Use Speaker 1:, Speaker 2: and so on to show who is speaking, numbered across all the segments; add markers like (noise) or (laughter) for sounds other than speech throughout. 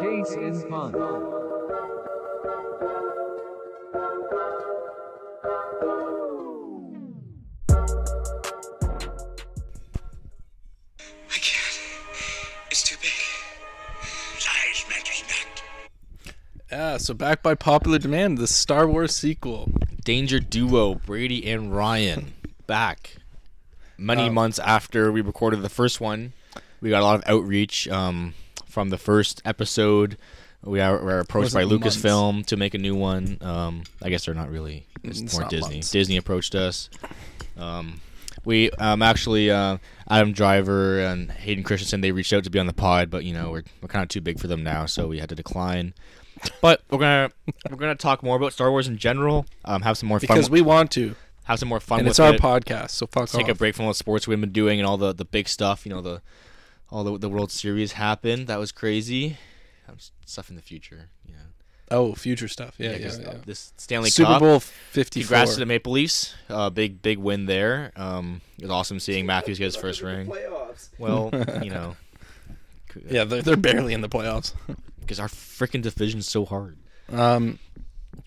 Speaker 1: Case in pun.
Speaker 2: I can't. It's too big. Size matters not.
Speaker 3: Yeah, so back by popular demand, the Star Wars sequel.
Speaker 4: Danger duo Brady and Ryan back many
Speaker 3: Uh,
Speaker 4: months after we recorded the first one. We got a lot of outreach um, from the first episode. We are, were approached by
Speaker 3: Wasn't months.
Speaker 4: Lucasfilm to make a new one. Um, I guess they're not really. It's,
Speaker 3: It's
Speaker 4: more
Speaker 3: not
Speaker 4: Disney.
Speaker 3: months.
Speaker 4: Disney approached us. Um, we um, actually uh, Adam Driver and Hayden Christensen they reached out to be on the pod, but you know we're, we're kind of too big for them now, so we had to decline. But we're gonna we're gonna talk more about Star Wars in general. Um, have some more fun
Speaker 3: Because we want to.
Speaker 4: have some more fun
Speaker 3: And
Speaker 4: with
Speaker 3: it's our Oh.
Speaker 4: it.
Speaker 3: podcast, so fuck
Speaker 4: Take
Speaker 3: off.
Speaker 4: a break from all the sports we've been doing and all the, the big stuff. You know the all the, the World Series happened. That was crazy. Um, s- Stuff in the future. Yeah.
Speaker 3: Oh, future stuff. Yeah, yeah,
Speaker 4: 'cause,
Speaker 3: yeah.
Speaker 4: uh, This Stanley
Speaker 3: Super
Speaker 4: Cup.
Speaker 3: Bowl 54.
Speaker 4: Congrats to the Maple Leafs. Uh, big big win there. Um, it was awesome seeing Matthews get his first ring.
Speaker 3: (laughs)
Speaker 4: Well, you know,
Speaker 3: yeah, they're, they're barely in the playoffs.
Speaker 4: because our freaking division's so hard.
Speaker 3: (laughs) Um,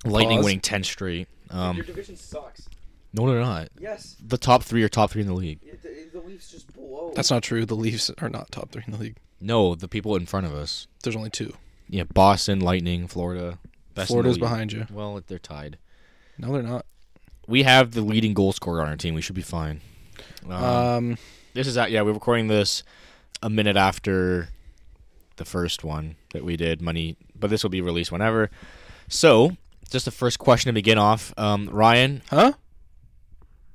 Speaker 4: Lightning
Speaker 3: Pause.
Speaker 4: winning 10 straight. Um,
Speaker 5: Your division sucks.
Speaker 4: no, they're not.
Speaker 5: Yes,
Speaker 4: The top three are top three in the league.
Speaker 5: it- the, the Leafs just blow.
Speaker 3: that's not true. The Leafs are not top three in the league.
Speaker 4: No, the people in front of us.
Speaker 3: There's only two.
Speaker 4: Yeah, Boston, Lightning, Florida. Best in the
Speaker 3: Florida's
Speaker 4: league.
Speaker 3: behind you.
Speaker 4: Well, they're tied.
Speaker 3: No, they're not.
Speaker 4: We have the leading goal scorer on our team. We should be fine. Um,
Speaker 3: Um,
Speaker 4: this is out. Yeah, we're recording this a minute after the first one that we did. Money, but this will be released whenever. So, just the first question to begin off, um, Ryan.
Speaker 3: huh?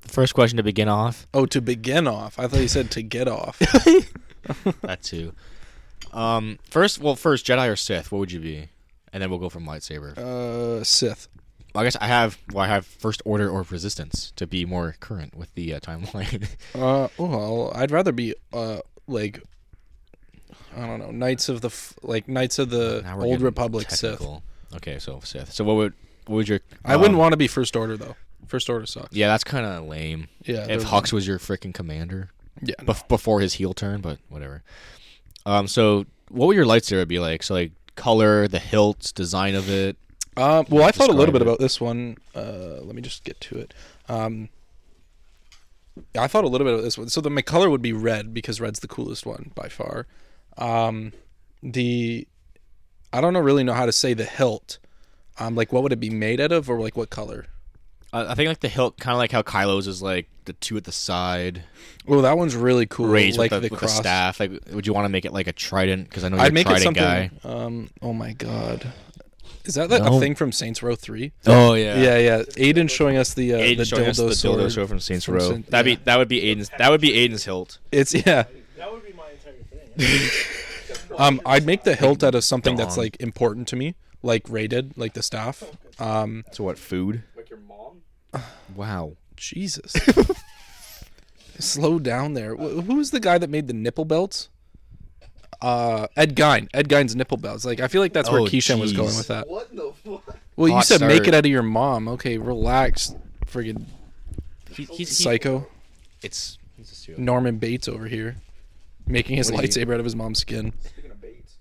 Speaker 4: First question to begin off.
Speaker 3: Oh, to begin off. I thought you said to get (laughs) off.
Speaker 4: That too. Um, first, well, first Jedi or Sith? What would you be? And then we'll go from lightsaber.
Speaker 3: Uh, Sith.
Speaker 4: I guess I have. Well, I have first order or resistance to be more current with the uh, timeline. (laughs)
Speaker 3: Uh, well, I'd rather be uh like I don't know, Knights of the F- like Knights of the
Speaker 4: Now we're
Speaker 3: Old
Speaker 4: getting
Speaker 3: Republic Sith.
Speaker 4: technical. Okay, so Sith. So what would what would your?
Speaker 3: I wouldn't
Speaker 4: um,
Speaker 3: want to be First Order though. First Order sucks.
Speaker 4: Yeah, that's kind of lame.
Speaker 3: Yeah,
Speaker 4: if
Speaker 3: they're-
Speaker 4: Hux was your freaking commander
Speaker 3: Yeah, no.
Speaker 4: bef- before his heel turn, but whatever. Um, so what would your lightsaber be like? So like color, the hilt, design of it.
Speaker 3: Um, well, I thought a little
Speaker 4: Describe
Speaker 3: bit
Speaker 4: it.
Speaker 3: about this one. Uh, let me just get to it. Um, I thought a little bit about this one. So the my color would be red because red's the coolest one by far. Um, the I don't know really know how to say the hilt. Um, like what would it be made out of, or like what color?
Speaker 4: I, I think like the hilt, kind of like how Kylo's is like the two at the side,
Speaker 3: Oh, that one's really cool.
Speaker 4: raised
Speaker 3: like
Speaker 4: with, the,
Speaker 3: the
Speaker 4: with the
Speaker 3: cross.
Speaker 4: staff. Like, would you want to make it like a trident? Because I know you're
Speaker 3: I'd make
Speaker 4: a
Speaker 3: it
Speaker 4: trident
Speaker 3: something.
Speaker 4: guy.
Speaker 3: Um. Oh my god. Is that like
Speaker 4: No.
Speaker 3: a thing from Saints Row Three?
Speaker 4: Oh yeah,
Speaker 3: Yeah, yeah. Aiden's showing us the uh,
Speaker 4: Aiden
Speaker 3: the,
Speaker 4: showing
Speaker 3: dildo
Speaker 4: us the
Speaker 3: sword.
Speaker 4: dildo sword from Saints
Speaker 3: from
Speaker 4: Row.
Speaker 3: Sin-
Speaker 4: That'd
Speaker 3: yeah.
Speaker 4: be that would be Aiden's. That would be Aiden's hilt.
Speaker 3: (laughs) It's yeah.
Speaker 6: That would be my entire thing.
Speaker 3: (laughs) Um, I'd make the hilt out of something that's
Speaker 4: Dawn.
Speaker 3: like important to me, like rated, like the staff. Um,
Speaker 4: So what? Food.
Speaker 5: like your mom.
Speaker 4: Wow.
Speaker 3: Jesus. (laughs) Slow down there. Wh- Who was the guy that made the nipple belts? Uh, Ed Gein. Ed Gein's nipple belts. Like I feel like that's where
Speaker 4: Oh,
Speaker 3: Keishan was
Speaker 4: jeez.
Speaker 3: going with that.
Speaker 5: What the fuck?
Speaker 3: Well, you
Speaker 4: Hot
Speaker 3: said make
Speaker 4: start.
Speaker 3: it out of your mom. Okay, relax, friggin'
Speaker 4: He, he's he-
Speaker 3: psycho.
Speaker 4: It's. He's a pseudo.
Speaker 3: Norman Bates over here, making his
Speaker 4: What do you-
Speaker 3: lightsaber out of his mom's skin.
Speaker 5: Speaking of Bates,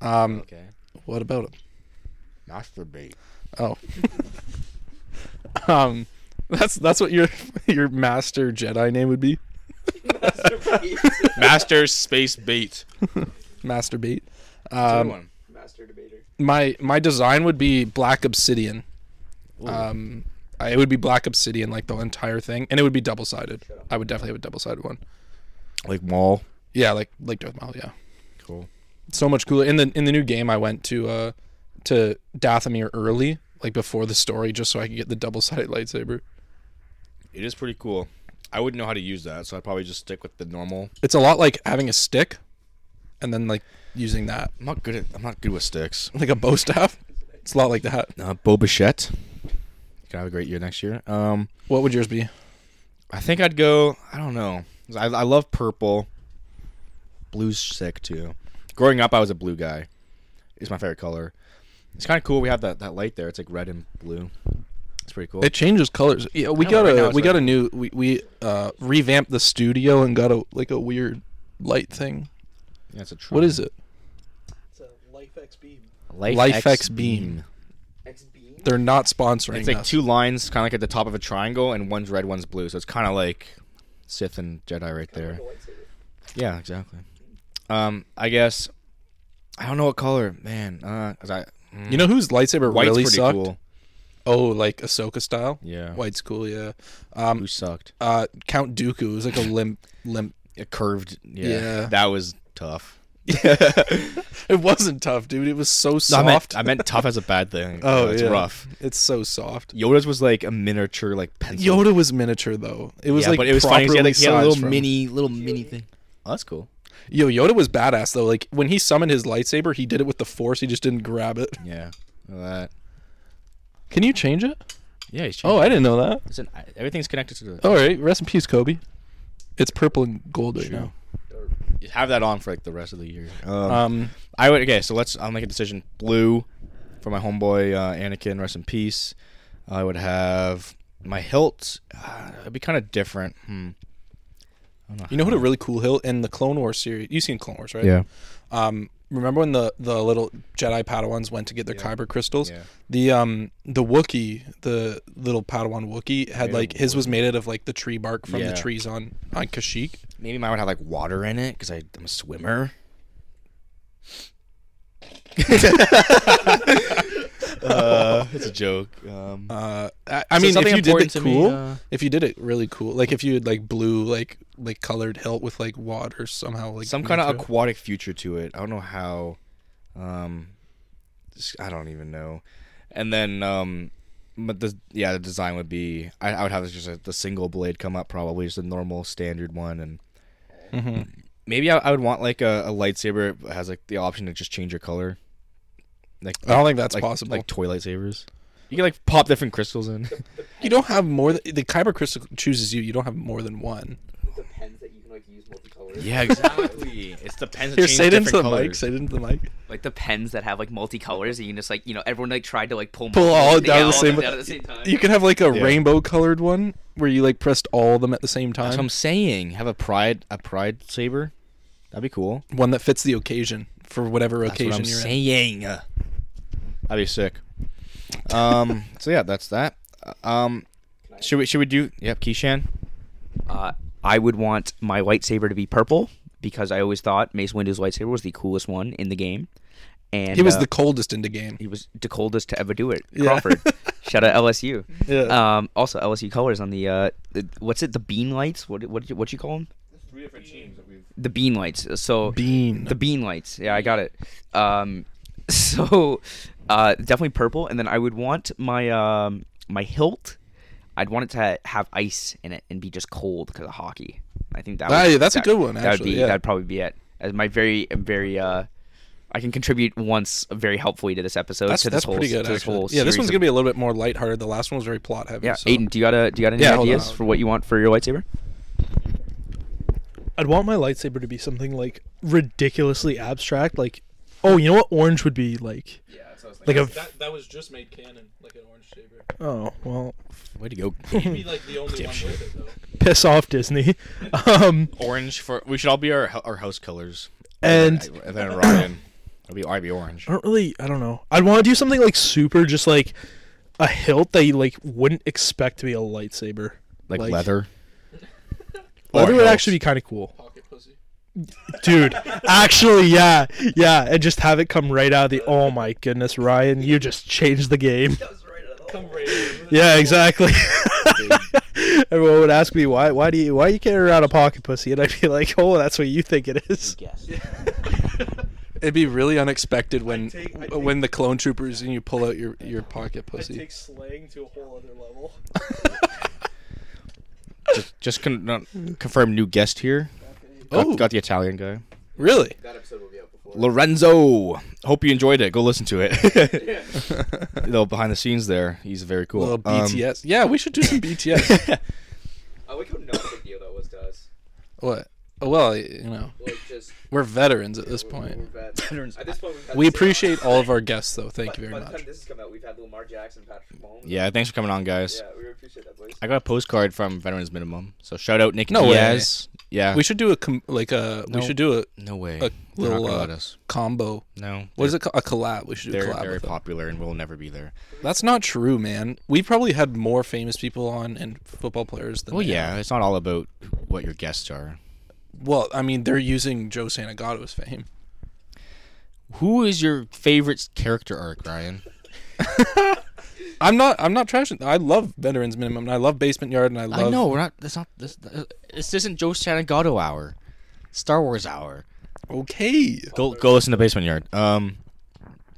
Speaker 3: Um,
Speaker 4: Okay.
Speaker 3: what about him?
Speaker 4: Masturbate. (laughs)
Speaker 3: Oh. um that's that's what your (laughs) your master Jedi name would be.
Speaker 5: Master Bates,
Speaker 4: Master space bait.
Speaker 3: Master Bait. Um,
Speaker 4: Um,
Speaker 5: (laughs) Master Debater.
Speaker 3: my my design would be black obsidian. Um I, it would be black obsidian like the entire thing and it would be double sided. I would definitely have a double sided one.
Speaker 4: like Maul.
Speaker 3: Yeah, like like Darth Maul, yeah.
Speaker 4: Cool.
Speaker 3: so much cooler. In the in the new game, I went to uh to Dathomir early, like before the story, just so I could get the double sided (laughs) lightsaber.
Speaker 4: It is pretty cool. I wouldn't know how to use that, so I'd probably just stick with the normal.
Speaker 3: It's a lot like having a stick, and then like using that
Speaker 4: I'm not good at. I'm not good with sticks.
Speaker 3: like a bow staff. It's a lot like that.
Speaker 4: Uh, Bobuchet. Can have a great year next year. Um,
Speaker 3: What would yours be?
Speaker 4: I think I'd go. I don't know. 'Cause I, I love purple. Blue's sick too. Growing up, I was a blue guy. It's my favorite color. It's kind of cool. We have that, that light there. It's like red and blue. It's pretty cool.
Speaker 3: It changes colors. Yeah, we
Speaker 4: I
Speaker 3: got
Speaker 4: don't know, right now
Speaker 3: a
Speaker 4: it's
Speaker 3: we got
Speaker 4: red.
Speaker 3: a new we we uh revamped the studio and got a like a weird light thing.
Speaker 4: That's a true.
Speaker 3: What is it?
Speaker 6: It's a Life XB.
Speaker 4: Life,
Speaker 3: Life X Beam.
Speaker 5: X Beam.
Speaker 3: They're not sponsoring
Speaker 4: It's like
Speaker 3: us.
Speaker 4: two lines, kind of like at the top of a triangle, and one's red, one's blue. So it's kind of like Sith and Jedi right there. Yeah, exactly. Um, I guess I don't know what color, man. Uh, 'cause I
Speaker 3: you know whose lightsaber
Speaker 4: white's
Speaker 3: really
Speaker 4: pretty
Speaker 3: sucked?
Speaker 4: cool.
Speaker 3: Oh, like Ahsoka style.
Speaker 4: Yeah,
Speaker 3: White's cool. Yeah. Um,
Speaker 4: who sucked?
Speaker 3: uh, Count Dooku was
Speaker 4: (laughs)
Speaker 3: like a limp, limp.
Speaker 4: It curved. Yeah,
Speaker 3: Yeah.
Speaker 4: that was tough.
Speaker 3: it wasn't tough, dude. It was so
Speaker 4: No, I meant,
Speaker 3: soft.
Speaker 4: I meant tough as a bad thing.
Speaker 3: (laughs) Oh,
Speaker 4: Uh, it's
Speaker 3: yeah.
Speaker 4: rough.
Speaker 3: it's so soft.
Speaker 4: Yoda's was like a miniature like pencil.
Speaker 3: Yoda was miniature though. It was
Speaker 4: yeah,
Speaker 3: like
Speaker 4: but it was funny. 'cause He
Speaker 3: properly
Speaker 4: had, like, he had a
Speaker 3: sized
Speaker 4: little
Speaker 3: from-
Speaker 4: mini, little mini thing. Oh, that's cool.
Speaker 3: Yo, Yoda was badass though. Like when he summoned his lightsaber, he did it with the Force. He just didn't grab it. (laughs)
Speaker 4: Yeah, Look at that.
Speaker 3: Can you change it?
Speaker 4: Yeah, he's
Speaker 3: Oh, I didn't know that.
Speaker 4: Listen, I- everything's connected to the.
Speaker 3: All right, rest in peace, Kobe. It's purple and gold right
Speaker 4: True.
Speaker 3: now.
Speaker 4: You have that on for like the rest of the year.
Speaker 3: Um,
Speaker 4: I would okay. So let's. I'll make a decision. Blue for my homeboy uh, Anakin. Rest in peace. I would have my hilt. Uh, it'd be kind of different. Hmm. I don't
Speaker 3: you know what a really cool hill in the Clone Wars series. You've seen Clone Wars, right?
Speaker 4: Yeah.
Speaker 3: Um, remember when the the little Jedi Padawans went to get their Kyber crystals?
Speaker 4: Yeah.
Speaker 3: The um the Wookiee, the little Padawan Wookiee, had
Speaker 4: Yeah,
Speaker 3: like his was made out of like the tree bark from
Speaker 4: Yeah.
Speaker 3: the trees on on Kashyyyk.
Speaker 4: Maybe mine would have like water in it because I'm a swimmer. (laughs) uh, it's a joke. Um,
Speaker 3: Uh, I, I mean, if
Speaker 4: something
Speaker 3: you did
Speaker 4: important
Speaker 3: it
Speaker 4: to me,
Speaker 3: cool,
Speaker 4: uh,
Speaker 3: if you did it really cool, like if you had like blue, like like colored hilt with like water somehow, like
Speaker 4: some kind of
Speaker 3: into it.
Speaker 4: aquatic future to it. I don't know how. Um, s- I don't even know. And then, um, but the yeah, the design would be I, I would have just a, the single blade come up, probably just a normal standard one, and
Speaker 3: Mm-hmm.
Speaker 4: maybe I, I would want like a, a lightsaber that has like the option to just change your color. Like
Speaker 3: I don't think that's
Speaker 4: like,
Speaker 3: possible.
Speaker 4: Like toy lightsabers, you can like pop different crystals (laughs) in.
Speaker 3: you don't have more. Than, the kyber crystal chooses you. You don't have more than one.
Speaker 5: The pens that you can like use multicolors.
Speaker 4: exactly. it's the pens. that
Speaker 3: Here,
Speaker 4: change
Speaker 3: say it into the
Speaker 4: different
Speaker 3: mic.
Speaker 4: colors.
Speaker 3: Say it into the mic.
Speaker 7: like the pens that have like multicolors, and you can just like you know everyone like tried to like pull
Speaker 3: Pull
Speaker 7: multiple-
Speaker 3: all down
Speaker 7: yeah,
Speaker 3: the same-
Speaker 7: down at the same time.
Speaker 3: You could have like a rainbow colored one where you like pressed all of them at the same
Speaker 4: That's what
Speaker 3: time.
Speaker 4: I'm saying. Have a pride a pride saber. That'd be cool.
Speaker 3: One that fits the occasion for whatever occasion
Speaker 4: That's what I'm
Speaker 3: you're in.
Speaker 4: saying. That'd be sick. (laughs) Um. so yeah, that's that. Um. Should we should we do? Yep, Keyshan.
Speaker 7: Uh, I would want my lightsaber to be purple because I always thought Mace Windu's lightsaber was the coolest one in the game, and
Speaker 3: He was
Speaker 7: uh,
Speaker 3: the coldest in the game.
Speaker 7: he was the coldest to ever do it.
Speaker 3: Yeah. (laughs)
Speaker 7: Crawford, shout out LSU.
Speaker 3: Yeah.
Speaker 7: Um, also LSU colors on the uh, the- what's it? The bean lights? What what what you call them? The bean lights. Uh, So
Speaker 3: Bean.
Speaker 7: the bean lights. Yeah, I got it. Um, (laughs) so uh, definitely purple, and then I would want my um, my hilt. I'd want it to have ice in it and be just cold because of hockey. I think that.
Speaker 3: Ah,
Speaker 7: would-
Speaker 3: yeah, that's a
Speaker 7: that-
Speaker 3: good one,
Speaker 7: That would
Speaker 3: actually,
Speaker 7: be.
Speaker 3: yeah.
Speaker 7: That'd probably be it. As my very very. Uh, I can contribute once very helpfully to this episode.
Speaker 3: that's
Speaker 7: to this
Speaker 3: that's
Speaker 7: whole,
Speaker 3: pretty good.
Speaker 7: To this
Speaker 3: actually.
Speaker 7: whole
Speaker 3: yeah, this
Speaker 7: series
Speaker 3: one's
Speaker 7: of-
Speaker 3: gonna be a little bit more lighthearted. The last one was very plot heavy.
Speaker 7: Yeah,
Speaker 3: so.
Speaker 7: Aiden, do you got a do you got any
Speaker 3: Yeah, hold
Speaker 7: ideas
Speaker 3: on.
Speaker 7: for what you want for your lightsaber?
Speaker 8: I'd want my lightsaber to be something like ridiculously abstract. Like, oh, you know what? Orange would be like.
Speaker 6: Yeah, that's what I was
Speaker 8: Like
Speaker 6: thinking.
Speaker 8: a-
Speaker 6: that, that was just made canon, like an orange saber.
Speaker 8: Oh well,
Speaker 4: Way to go.
Speaker 6: He'd be like the only one with it though.
Speaker 8: piss off
Speaker 6: (laughs)
Speaker 8: Disney. um,
Speaker 4: (laughs) orange for we should all be our our house colors.
Speaker 8: and
Speaker 4: and then Ryan. I'll be I'd be orange.
Speaker 8: I don't really. I don't know. I'd want to do something like super, just like a hilt that you like wouldn't expect to be a lightsaber.
Speaker 4: Like, leather.
Speaker 8: Leather
Speaker 4: Or
Speaker 8: would
Speaker 4: hilt.
Speaker 8: actually be kind of cool,
Speaker 6: Pocket pussy.
Speaker 8: dude. actually, yeah, yeah, and just have it come right out of the. Oh my goodness, Ryan, you just changed the game.
Speaker 6: Come right over.
Speaker 8: Yeah, exactly. (laughs) Everyone would ask me why why do you why you carry around a pocket pussy and I'd be like, Oh, that's what you think it is.
Speaker 5: (laughs)
Speaker 3: It'd be really unexpected when
Speaker 6: take- I
Speaker 3: when the clone troopers and you pull out your, your pocket pussy.
Speaker 6: Take slang to a whole other level.
Speaker 4: Just, just con- not- confirm new guest here. Got,
Speaker 3: Oh.
Speaker 4: got the Italian guy.
Speaker 3: really?
Speaker 5: That episode will be out before.
Speaker 4: Lorenzo. Hope you enjoyed it. Go listen to it. (laughs) Though behind the scenes there, he's very cool.
Speaker 3: Little
Speaker 4: Um,
Speaker 3: BTS. Yeah, we should do some BTS.
Speaker 8: (laughs)
Speaker 5: Oh, I like how not a big deal that was to us.
Speaker 3: what? Oh, well, you know.
Speaker 5: Like just just
Speaker 3: We're veterans at this
Speaker 5: we're-
Speaker 3: point.
Speaker 5: we're
Speaker 3: (laughs)
Speaker 5: vets.
Speaker 4: Veterans.
Speaker 5: At this point, we've had
Speaker 3: We
Speaker 5: the same-
Speaker 3: appreciate all of our guests, though. Thank
Speaker 5: By-
Speaker 3: you very
Speaker 5: By the time
Speaker 3: much.
Speaker 5: this has come out, we've had Lamar Jackson, Patrick Mahomes.
Speaker 4: (laughs) Yeah, thanks for coming on, guys.
Speaker 5: Yeah, we appreciate that, boys.
Speaker 4: I got a postcard from Veterans Minimum. So shout out Nick
Speaker 3: No way.
Speaker 4: Diaz. Yeah.
Speaker 3: We should do a com- like a
Speaker 4: No.
Speaker 3: we should do a
Speaker 4: no way.
Speaker 3: a
Speaker 4: They're not
Speaker 3: little,
Speaker 4: gonna
Speaker 3: uh,
Speaker 4: let us.
Speaker 3: combo.
Speaker 4: No.
Speaker 3: What is it? ca- A collab. We should do a
Speaker 4: They're
Speaker 3: collab.
Speaker 4: very
Speaker 3: With them.
Speaker 4: popular and will never be there.
Speaker 3: That's not true, man. We probably had more famous people on and football players than.
Speaker 4: Well,
Speaker 3: they
Speaker 4: yeah,
Speaker 3: have.
Speaker 4: it's not all about what your guests are.
Speaker 3: Well, I mean, they're using Joe Santagato's fame.
Speaker 4: Who is your favorite character arc, Ryan?
Speaker 3: I'm not. I'm not trashing. I love veterans minimum. And I love basement yard, and I love.
Speaker 4: I know we're not. That's not. This, this isn't Joe Santagato hour. Star Wars hour.
Speaker 3: Okay.
Speaker 4: Go go listen to Basement Yard. Um,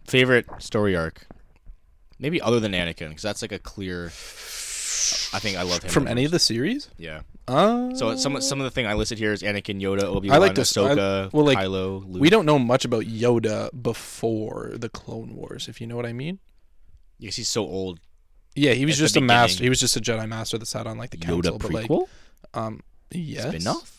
Speaker 4: favorite story arc, maybe other than Anakin, because that's like a clear. I think I love him
Speaker 3: From
Speaker 4: the
Speaker 3: any of
Speaker 4: most.
Speaker 3: the series.
Speaker 4: Yeah.
Speaker 3: Uh,
Speaker 4: So it's some some of the thing I listed here is Anakin, Yoda, Obi
Speaker 3: I
Speaker 4: Wan,
Speaker 3: like to-
Speaker 4: Ahsoka,
Speaker 3: I- well, like,
Speaker 4: Kylo, Luke.
Speaker 3: we don't know much about Yoda before the Clone Wars, if you know what I mean.
Speaker 4: Because he's so old.
Speaker 3: Yeah, he was
Speaker 4: At the
Speaker 3: just a master.
Speaker 4: beginning.
Speaker 3: He was just a Jedi master that sat on like the council.
Speaker 4: Yoda
Speaker 3: but like,
Speaker 4: prequel.
Speaker 3: um, yes.
Speaker 4: Spinoff.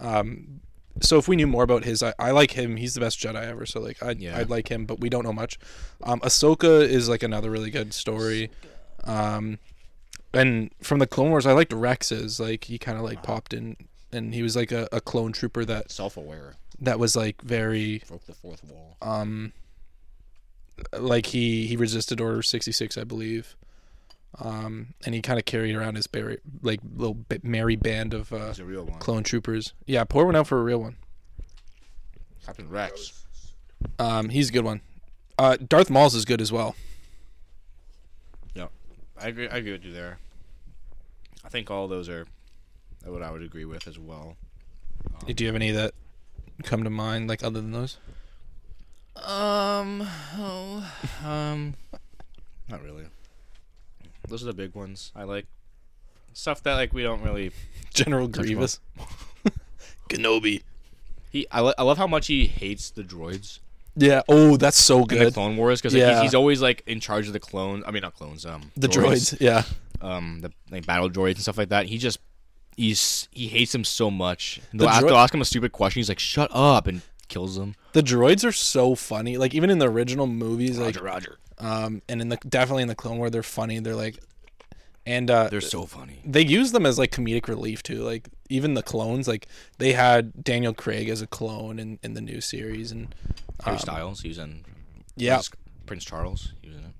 Speaker 3: Um, so if we knew more about his, I, I like him. He's the best Jedi ever. So like, I
Speaker 4: Yeah.
Speaker 3: I'd like him, but we don't know much. Um, Ahsoka is like another really good story. Um, and from the Clone Wars, I liked Rex's. Like he kind of like popped in, and he was like a, a clone trooper that
Speaker 4: Self-aware.
Speaker 3: that was like very
Speaker 4: Broke the fourth wall.
Speaker 3: um like he he resisted order 66 i believe um and he kind of carried around his berry, like little bit merry band of uh
Speaker 4: He's a real one.
Speaker 3: clone troopers yeah pour one out for a real one
Speaker 4: Captain Rex.
Speaker 3: um he's a good one uh darth maul's is good as well
Speaker 4: Yeah, I agree. I agree with you there. I think all those are what I would agree with as well.
Speaker 3: do you have any that come to mind like other than those (laughs)
Speaker 4: Um, oh, um, not really. Those are the big ones. I like stuff that like we don't really.
Speaker 3: general
Speaker 4: Darth (laughs)
Speaker 3: grievous kenobi
Speaker 4: He, I, lo- I love how much he hates the droids
Speaker 3: yeah oh that's so
Speaker 4: in the
Speaker 3: good
Speaker 4: Clone Wars because like, he's,
Speaker 3: Yeah.
Speaker 4: he's always like in charge of the clones. I mean, not clones. Um,
Speaker 3: the droids yeah
Speaker 4: um, the like battle droids and stuff like that. He just he's he hates them so much. They'll,
Speaker 3: The
Speaker 4: ask,
Speaker 3: droid-
Speaker 4: they'll ask him a stupid question. He's like, "Shut up!" and kills them.
Speaker 3: the droids are so funny like even in the original movies like
Speaker 4: Roger.
Speaker 3: um, and in the definitely in the Clone War, they're funny. They're like, and uh,
Speaker 4: They're so funny.
Speaker 3: they use them as like comedic relief too. Like even the clones, like they had Daniel Craig as a clone in, in the new series, and
Speaker 4: Harry Styles, he was in.
Speaker 3: Um, yeah,
Speaker 4: Prince- Prince Charles, he was in it,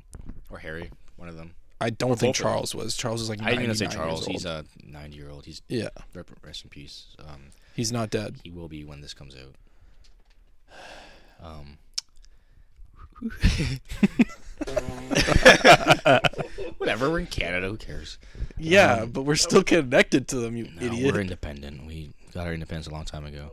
Speaker 4: or Harry, one of them.
Speaker 3: I don't think
Speaker 4: both of them.
Speaker 3: Charles was. Charles is like
Speaker 4: I didn't even say
Speaker 3: 99
Speaker 4: Charles.
Speaker 3: years
Speaker 4: He's
Speaker 3: old.
Speaker 4: a ninety-year-old. He's
Speaker 3: yeah,
Speaker 4: rep- rest in peace. Um,
Speaker 3: he's not dead.
Speaker 4: he will be when this comes out. Um, (laughs) whatever. We're in Canada. Who cares?
Speaker 3: Yeah, but we're still connected to them, you
Speaker 4: No,
Speaker 3: idiot.
Speaker 4: we're independent. We got our independence a long time ago.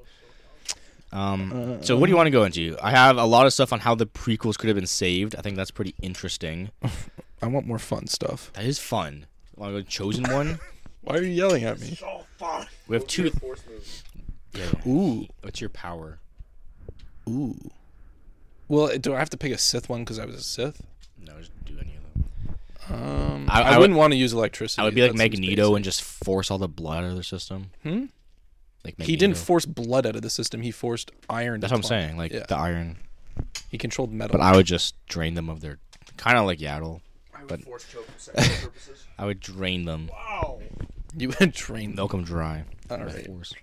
Speaker 4: Um,
Speaker 3: Uh,
Speaker 4: so what do you want to go into? I have a lot of stuff on how the prequels could have been saved. I think that's pretty interesting.
Speaker 3: (laughs) I want more fun stuff.
Speaker 4: That is fun. Want to go to chosen one?
Speaker 3: Why are you yelling at me?
Speaker 4: We have two.
Speaker 5: Force moves.
Speaker 3: Ooh,
Speaker 4: What's your power?
Speaker 3: ooh. Well, uh, do I have to pick a Sith one because I was a Sith?
Speaker 4: No, just do any of them.
Speaker 3: Um, I,
Speaker 4: I- I would-
Speaker 3: wouldn't want to use electricity.
Speaker 4: I would be like
Speaker 3: That seems
Speaker 4: Magneto
Speaker 3: basic.
Speaker 4: and just force all the blood out of their system.
Speaker 3: Hmm?
Speaker 4: Like
Speaker 3: He didn't
Speaker 4: Magneto.
Speaker 3: force blood out of the system. He forced iron.
Speaker 4: That's
Speaker 3: to
Speaker 4: what I'm
Speaker 3: climb.
Speaker 4: saying. Like
Speaker 3: Yeah.
Speaker 4: the iron.
Speaker 3: he controlled metal.
Speaker 4: But I would just drain them of their. Kind of like Yaddle.
Speaker 5: I
Speaker 4: But-
Speaker 5: would force choke for
Speaker 2: (laughs)
Speaker 5: sexual purposes.
Speaker 4: I would drain them.
Speaker 3: you (laughs) would train them.
Speaker 4: Milk them dry.
Speaker 3: All
Speaker 4: with
Speaker 3: right.
Speaker 4: force.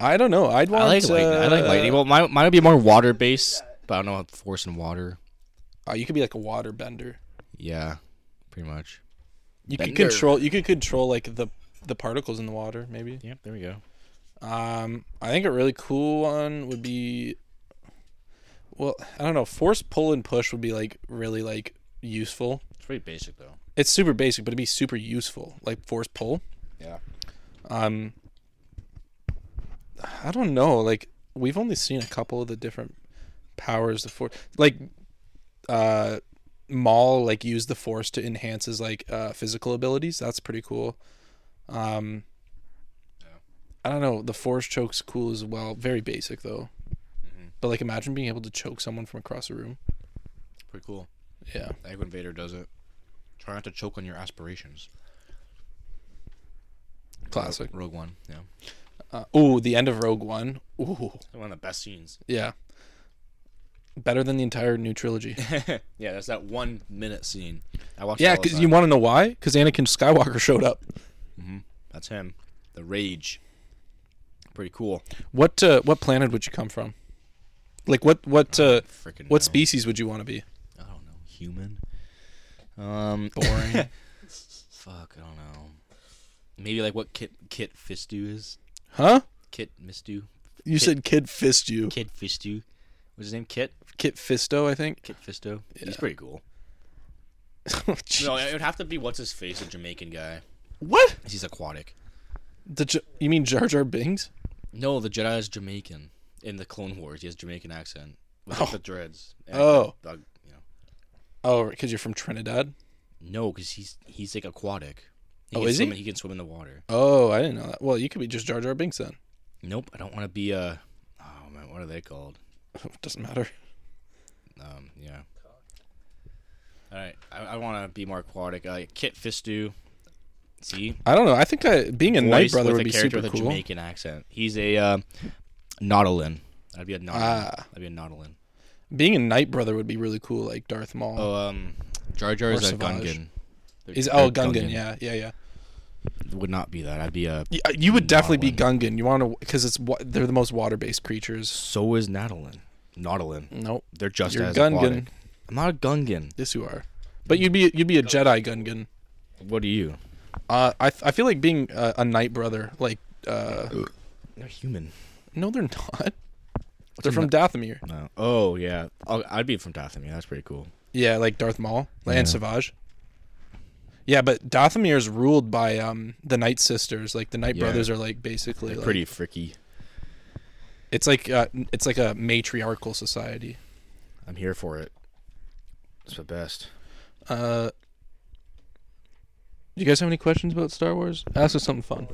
Speaker 3: I don't know. I'd want.
Speaker 4: I like lightning. I like
Speaker 3: uh,
Speaker 4: lightning. Well, mine, mine would be more water based, but I don't know about force and water.
Speaker 3: oh, you could be like a water bender.
Speaker 4: Yeah, pretty much.
Speaker 3: You could
Speaker 4: Bender.
Speaker 3: control. You could control like the the particles in the water. Maybe.
Speaker 4: Yep, there we go.
Speaker 3: Um, I think a really cool one would be. Well, I don't know. Force pull and push would be like really like useful.
Speaker 4: It's pretty basic though.
Speaker 3: It's super basic, but it'd be super useful. Like force pull.
Speaker 4: Yeah.
Speaker 3: um i don't know like we've only seen a couple of the different powers the force like uh maul like used the force to enhance his like uh physical abilities that's pretty cool um i don't know the force choke's cool as well very basic though but like imagine being able to choke someone from across the room
Speaker 4: Pretty cool.
Speaker 3: yeah
Speaker 4: I like when Vader does it. Try not to choke on your aspirations.
Speaker 3: classic
Speaker 4: Rogue One. Yeah.
Speaker 3: Uh, ooh, the end of Rogue One. Ooh,
Speaker 4: One of the best scenes. (laughs)
Speaker 3: yeah. Better than the entire new trilogy.
Speaker 4: yeah, that's that one minute scene. I watched.
Speaker 3: yeah,
Speaker 4: all the
Speaker 3: because
Speaker 4: time.
Speaker 3: you want to know why? Because Anakin Skywalker showed up.
Speaker 4: That's him. The rage. Pretty cool.
Speaker 3: What uh, what planet would you come from? Like what what uh,
Speaker 4: Freaking.
Speaker 3: what
Speaker 4: know.
Speaker 3: species would you want to
Speaker 4: (laughs)
Speaker 3: be?
Speaker 4: I don't know. Human. Um.
Speaker 3: Boring.
Speaker 4: Fuck. I don't know. Maybe like what Kit Kit Fistu is.
Speaker 3: huh?
Speaker 4: Kit Mistu.
Speaker 3: You said Kid Fist you.
Speaker 4: Kid Fistu. What's his name? Kit.
Speaker 3: Kit Fisto, I think.
Speaker 4: Kit Fisto. He's pretty cool. (laughs)
Speaker 3: Oh, jeez.
Speaker 4: No, it would have to be what's his face, a Jamaican guy.
Speaker 3: What?
Speaker 4: He's aquatic.
Speaker 3: The J- you mean Jar Jar Bings?
Speaker 4: No, the Jedi is Jamaican in the Clone Wars. He has Jamaican accent with like, the dreads. And
Speaker 3: Oh.
Speaker 4: the- the- you know.
Speaker 3: Oh, because you're from Trinidad.
Speaker 4: No, because he's he's like aquatic. He
Speaker 3: Oh,
Speaker 4: can
Speaker 3: is
Speaker 4: swim-
Speaker 3: he?
Speaker 4: He can swim in the water.
Speaker 3: Oh, I didn't know that. Well, you could be just Jar Jar Binks (laughs) then.
Speaker 4: Nope, I don't want to be a. Oh man, what are they called?
Speaker 3: Doesn't matter.
Speaker 4: Um, yeah. All right, I, I want to be more aquatic. Uh, Kit Fistu. See,
Speaker 3: I don't know. I think I, being a Knight
Speaker 4: Voice
Speaker 3: Brother
Speaker 4: with
Speaker 3: would
Speaker 4: a
Speaker 3: be
Speaker 4: character
Speaker 3: super
Speaker 4: with a
Speaker 3: cool.
Speaker 4: Jamaican accent. He's a uh, Nautilin. I'd be a Nautilin.
Speaker 3: Ah.
Speaker 4: I'd be a Nautilin.
Speaker 3: Being a Knight Brother would be really cool, like Darth Maul.
Speaker 4: Oh, um, Jar Jar
Speaker 3: Or
Speaker 4: is a
Speaker 3: Savage.
Speaker 4: Gungan.
Speaker 3: Is
Speaker 4: They're
Speaker 3: oh
Speaker 4: Gungan.
Speaker 3: Gungan? Yeah, yeah, yeah.
Speaker 4: Would not be that. I'd be a.
Speaker 3: You, uh, you would definitely be Gungan. You want to because it's wa- they're the most water-based creatures.
Speaker 4: So is Nautilin. Nautilin.
Speaker 3: Nope.
Speaker 4: They're just
Speaker 3: You're
Speaker 4: as
Speaker 3: Gungan.
Speaker 4: aquatic. I'm not a Gungan.
Speaker 3: Yes, you are. But you'd be you'd be a Jedi Gungan.
Speaker 4: What are you?
Speaker 3: Uh, I th- I feel like being a, a Knight Brother. Like, uh,
Speaker 4: They're human.
Speaker 3: no, they're (laughs) not. They're from Dathomir.
Speaker 4: No. Oh yeah. I'll, I'd be from Dathomir. That's pretty cool.
Speaker 3: Yeah, like Darth Maul like, and Savage. Yeah, but Dathomir is ruled by um the Night Sisters. Like the Night
Speaker 4: Yeah.
Speaker 3: Brothers are like basically
Speaker 4: They're
Speaker 3: like-
Speaker 4: pretty fricky.
Speaker 3: It's like uh, it's like a matriarchal society.
Speaker 4: I'm here for it. It's the best.
Speaker 3: Uh, you guys have any questions about Star Wars? Ask us something fun.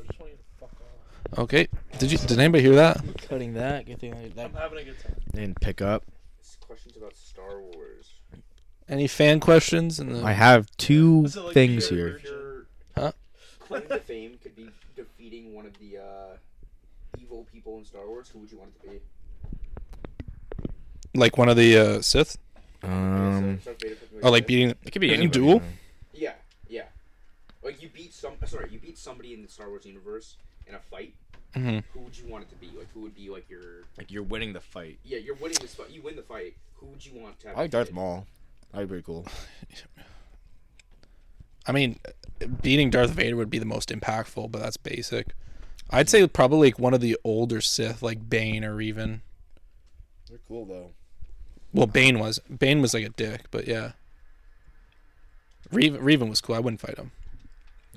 Speaker 3: Okay. Did you? Did anybody hear that?
Speaker 8: Cutting that. Good thing that.
Speaker 6: I'm having a good time.
Speaker 4: And pick up.
Speaker 5: It's questions about Star Wars.
Speaker 3: Any fan questions? And
Speaker 4: I have two
Speaker 6: So, like,
Speaker 4: things
Speaker 6: pure-
Speaker 4: here.
Speaker 6: pure-
Speaker 5: Claim to fame could be defeating one of the uh, evil people in Star Wars. Who would you want it to be?
Speaker 3: like one of the uh, Sith?
Speaker 4: Um,
Speaker 5: So Darth Vader picking
Speaker 3: Oh, like
Speaker 5: Yoda?
Speaker 3: beating?
Speaker 4: it could be
Speaker 3: Can you
Speaker 4: any
Speaker 3: duel?
Speaker 5: Yeah, yeah. Like you beat some. uh, Sorry, you beat somebody in the Star Wars universe in a fight.
Speaker 4: Mm-hmm.
Speaker 3: Mhm.
Speaker 5: Who would you want it to be? Like who would be like your?
Speaker 4: Like you're winning the fight.
Speaker 5: Yeah, you're winning this fight. You win the fight. Who would you want to have?
Speaker 4: I like
Speaker 5: defeat
Speaker 4: Darth
Speaker 5: it?
Speaker 4: Maul. That'd be pretty cool.
Speaker 3: I mean, beating Darth Vader would be the most impactful, but that's basic. I'd say probably like one of the older Sith, like Bane or even.
Speaker 4: They're cool though.
Speaker 3: Well, Bane was Bane was like a dick, but yeah. Reven, Reven was cool. I wouldn't fight him.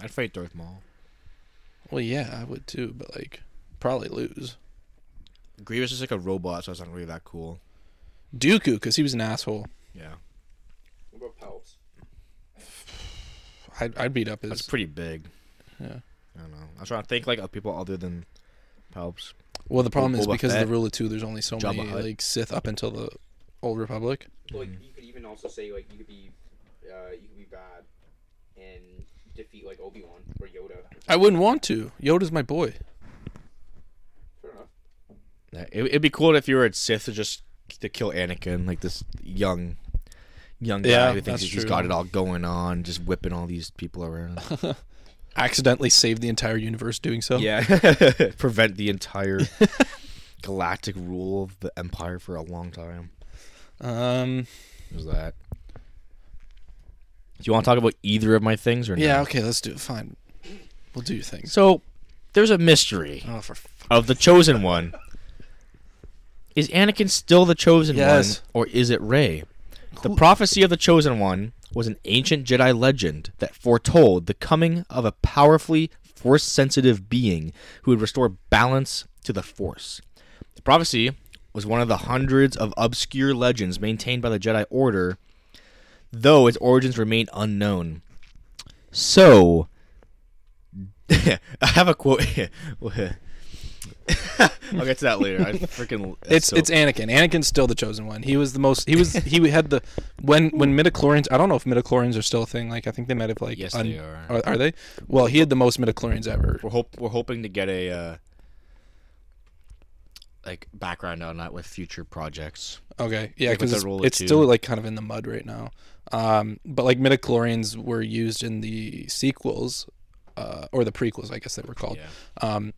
Speaker 4: I'd fight Darth Maul.
Speaker 3: Well, yeah, I would too, but like probably lose.
Speaker 4: Grievous is like a robot, so it's not really that cool.
Speaker 3: Dooku because he was an asshole.
Speaker 4: Yeah,
Speaker 5: What about Palps?
Speaker 3: I'd, I'd beat up his.
Speaker 4: that's pretty big.
Speaker 3: Yeah.
Speaker 4: I don't know. I was trying to think like of people other than Palps.
Speaker 3: well, the problem is
Speaker 4: Boba
Speaker 3: because of
Speaker 4: Fett.
Speaker 3: the rule of two. There's only so
Speaker 4: Jabba
Speaker 3: many
Speaker 4: Hutt.
Speaker 3: like Sith up until the Old Republic.
Speaker 5: Like
Speaker 7: Mm-hmm.
Speaker 5: you could even also say like you could be, uh, you could be bad, and defeat like Obi Wan or Yoda.
Speaker 3: I wouldn't want to. Yoda's my boy.
Speaker 5: Fair enough.
Speaker 4: Yeah, It, it'd be cool if you were a Sith to just to kill Anakin, like this young, young guy
Speaker 3: Yeah,
Speaker 4: who
Speaker 3: that's
Speaker 4: thinks he's
Speaker 3: true. Um,
Speaker 4: got it all going on, just whipping all these
Speaker 3: (laughs)
Speaker 4: people around.
Speaker 3: Accidentally saved the entire universe doing so.
Speaker 4: yeah, (laughs) prevent the entire (laughs) galactic rule of the Empire for a long time.
Speaker 3: Um.
Speaker 4: Is that? Do you want to talk about either of my things or
Speaker 3: Yeah.
Speaker 4: no?
Speaker 3: Okay. Let's do it. Fine. We'll do your thing.
Speaker 4: So there's a mystery
Speaker 3: Oh, for f-
Speaker 4: of the chosen one. Is Anakin still the chosen
Speaker 3: Yes.
Speaker 4: one, or is it Rey? The prophecy of the chosen one was an ancient Jedi legend that foretold the coming of a powerfully force-sensitive being who would restore balance to the Force. The prophecy was one of the hundreds of obscure legends maintained by the Jedi Order, though its origins remain unknown. So, (laughs) I have a quote. (laughs) I'll get to that later. I freaking.
Speaker 3: it's
Speaker 4: so-
Speaker 3: it's Anakin. Anakin's still the chosen one. He was the most. He was he had the when when midichlorians. I don't know if midichlorians are still a thing. Like I think they might have like.
Speaker 4: Yes, they are.
Speaker 3: Are, are they? Well, he had the most midichlorians ever.
Speaker 4: We're hope we're hoping to get a uh, like background on that with future projects.
Speaker 3: Okay, yeah,
Speaker 4: Like
Speaker 3: because
Speaker 4: with the
Speaker 3: it's,
Speaker 4: roller
Speaker 3: it's
Speaker 4: too.
Speaker 3: still like kind of in the mud right now. Um, but like midichlorians were used in the sequels, uh, or the prequels, I guess they were called,
Speaker 4: Yeah.
Speaker 3: um,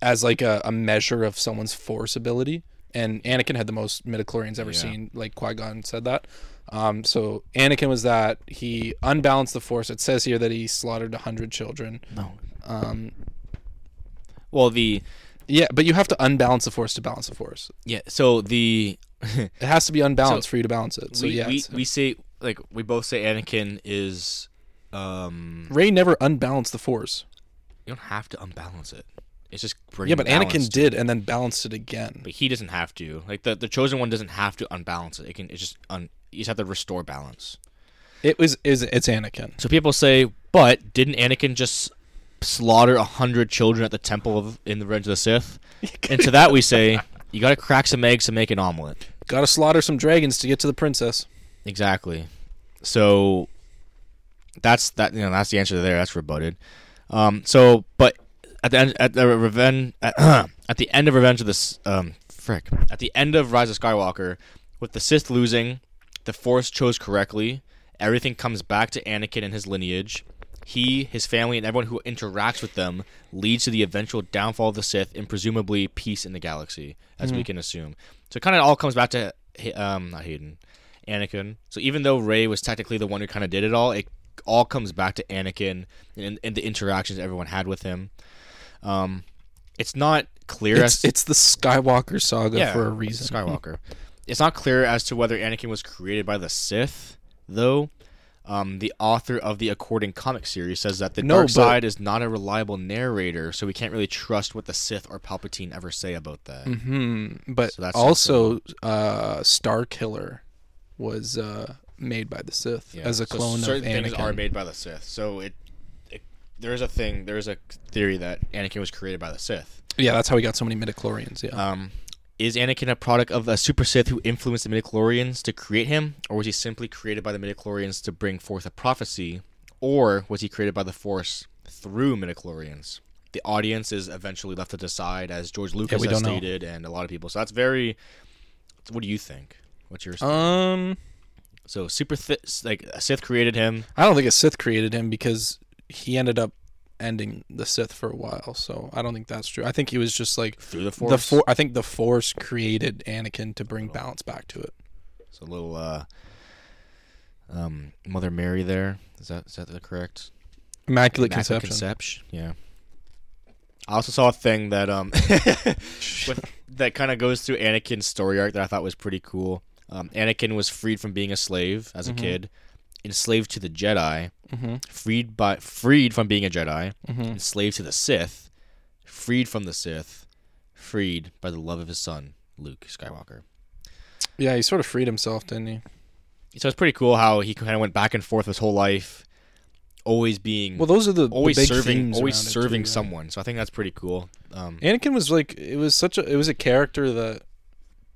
Speaker 3: as like a, a measure of someone's force ability. And Anakin had the most midichlorians ever
Speaker 4: Yeah.
Speaker 3: seen. Like Qui Gon said that. Um, so Anakin was that. He unbalanced the force. It says here that he slaughtered hundred children.
Speaker 4: No.
Speaker 3: Um,
Speaker 4: Well, the
Speaker 3: yeah, but you have to unbalance the force to balance the force.
Speaker 4: yeah. So the
Speaker 3: It has to be unbalanced for you to balance it. So
Speaker 4: we,
Speaker 3: yeah,
Speaker 4: we
Speaker 3: it's- uh,
Speaker 4: we say like we both say Anakin is. Um,
Speaker 3: Ray never unbalanced the force.
Speaker 4: you don't have to unbalance it. It's just bringing
Speaker 3: Yeah, but
Speaker 4: balance
Speaker 3: Anakin
Speaker 4: to
Speaker 3: did, and then balanced it again.
Speaker 4: but he doesn't have to. Like the, the chosen one doesn't have to unbalance it. It can. It's just un. You just have to restore balance.
Speaker 3: It was is it's Anakin.
Speaker 4: So people say, but didn't Anakin just slaughter a hundred children at the temple of in the Revenge of the Sith? and to that we say, you gotta crack some eggs to make an omelet.
Speaker 3: Got to slaughter some dragons to get to the princess.
Speaker 4: Exactly. So that's that. You know, that's the answer there. That's rebutted. Um. So, but at the end, at the revenge, (clears throat) at the end of Revenge of this, um, frick, at the end of Rise of Skywalker, with the Sith losing, the Force chose correctly. Everything comes back to Anakin and his lineage. He, his family, and everyone who interacts with them leads to the eventual downfall of the Sith and presumably peace in the galaxy, as we can assume. So it kind of all comes back to Hay- um, not Hayden, Anakin. So even though Ray was technically the one who kind of did it all, it all comes back to Anakin and, and the interactions everyone had with him. Um, it's not clear as
Speaker 3: It's, it's the Skywalker saga
Speaker 4: yeah,
Speaker 3: for a reason.
Speaker 4: Skywalker. it's not clear as to whether Anakin was created by the Sith, though. Um, the author of the according comic series says that the
Speaker 3: No,
Speaker 4: dark
Speaker 3: but-
Speaker 4: side is not a reliable narrator, so we can't really trust what the Sith or Palpatine ever say about that.
Speaker 3: hmm But
Speaker 4: So that's
Speaker 3: also, uh, Star Killer was uh, made by the Sith
Speaker 4: Yeah,
Speaker 3: as a
Speaker 4: so
Speaker 3: clone of
Speaker 4: certain things
Speaker 3: Anakin.
Speaker 4: are made by the Sith. So it, it there is a thing, there is a theory that Anakin was created by the Sith.
Speaker 3: Yeah, that's how he got so many midichlorians. Yeah,
Speaker 4: Um, is Anakin a product of a super Sith who influenced the midichlorians to create him, or was he simply created by the midichlorians to bring forth a prophecy, or was he created by the Force through midichlorians? The audience is eventually left to decide, as George Lucas
Speaker 3: we
Speaker 4: has
Speaker 3: don't know.
Speaker 4: stated, and a lot of people. So that's very. What do you think? What's your
Speaker 3: um
Speaker 4: so super Sith like a Sith created him?
Speaker 3: I don't think a Sith created him because he ended up ending the Sith for a while. So I don't think that's true. I think he was just like
Speaker 4: Through the Force?
Speaker 3: The for- I think the Force created Anakin to bring balance back to it.
Speaker 4: It's a little uh, um, Mother Mary there. Is that is that the correct
Speaker 3: Immaculate,
Speaker 4: Immaculate
Speaker 3: conception.
Speaker 4: conception? Yeah. I also saw a thing that um, (laughs) with, that kind of goes through Anakin's story arc that I thought was pretty cool. Um, Anakin was freed from being a slave as a kid, enslaved to the Jedi, freed by freed from being a Jedi, enslaved to the Sith, freed from the Sith, freed by the love of his son Luke Skywalker.
Speaker 3: Yeah, he sort of freed himself, didn't he?
Speaker 4: So it's pretty cool how he kind of went back and forth his whole life, always being,
Speaker 3: Well, those are the the
Speaker 4: always
Speaker 3: big
Speaker 4: serving,
Speaker 3: themes
Speaker 4: always
Speaker 3: around it, too,
Speaker 4: serving
Speaker 3: right?
Speaker 4: someone. So I think that's pretty cool. Um,
Speaker 3: Anakin was like it was such a it was a character that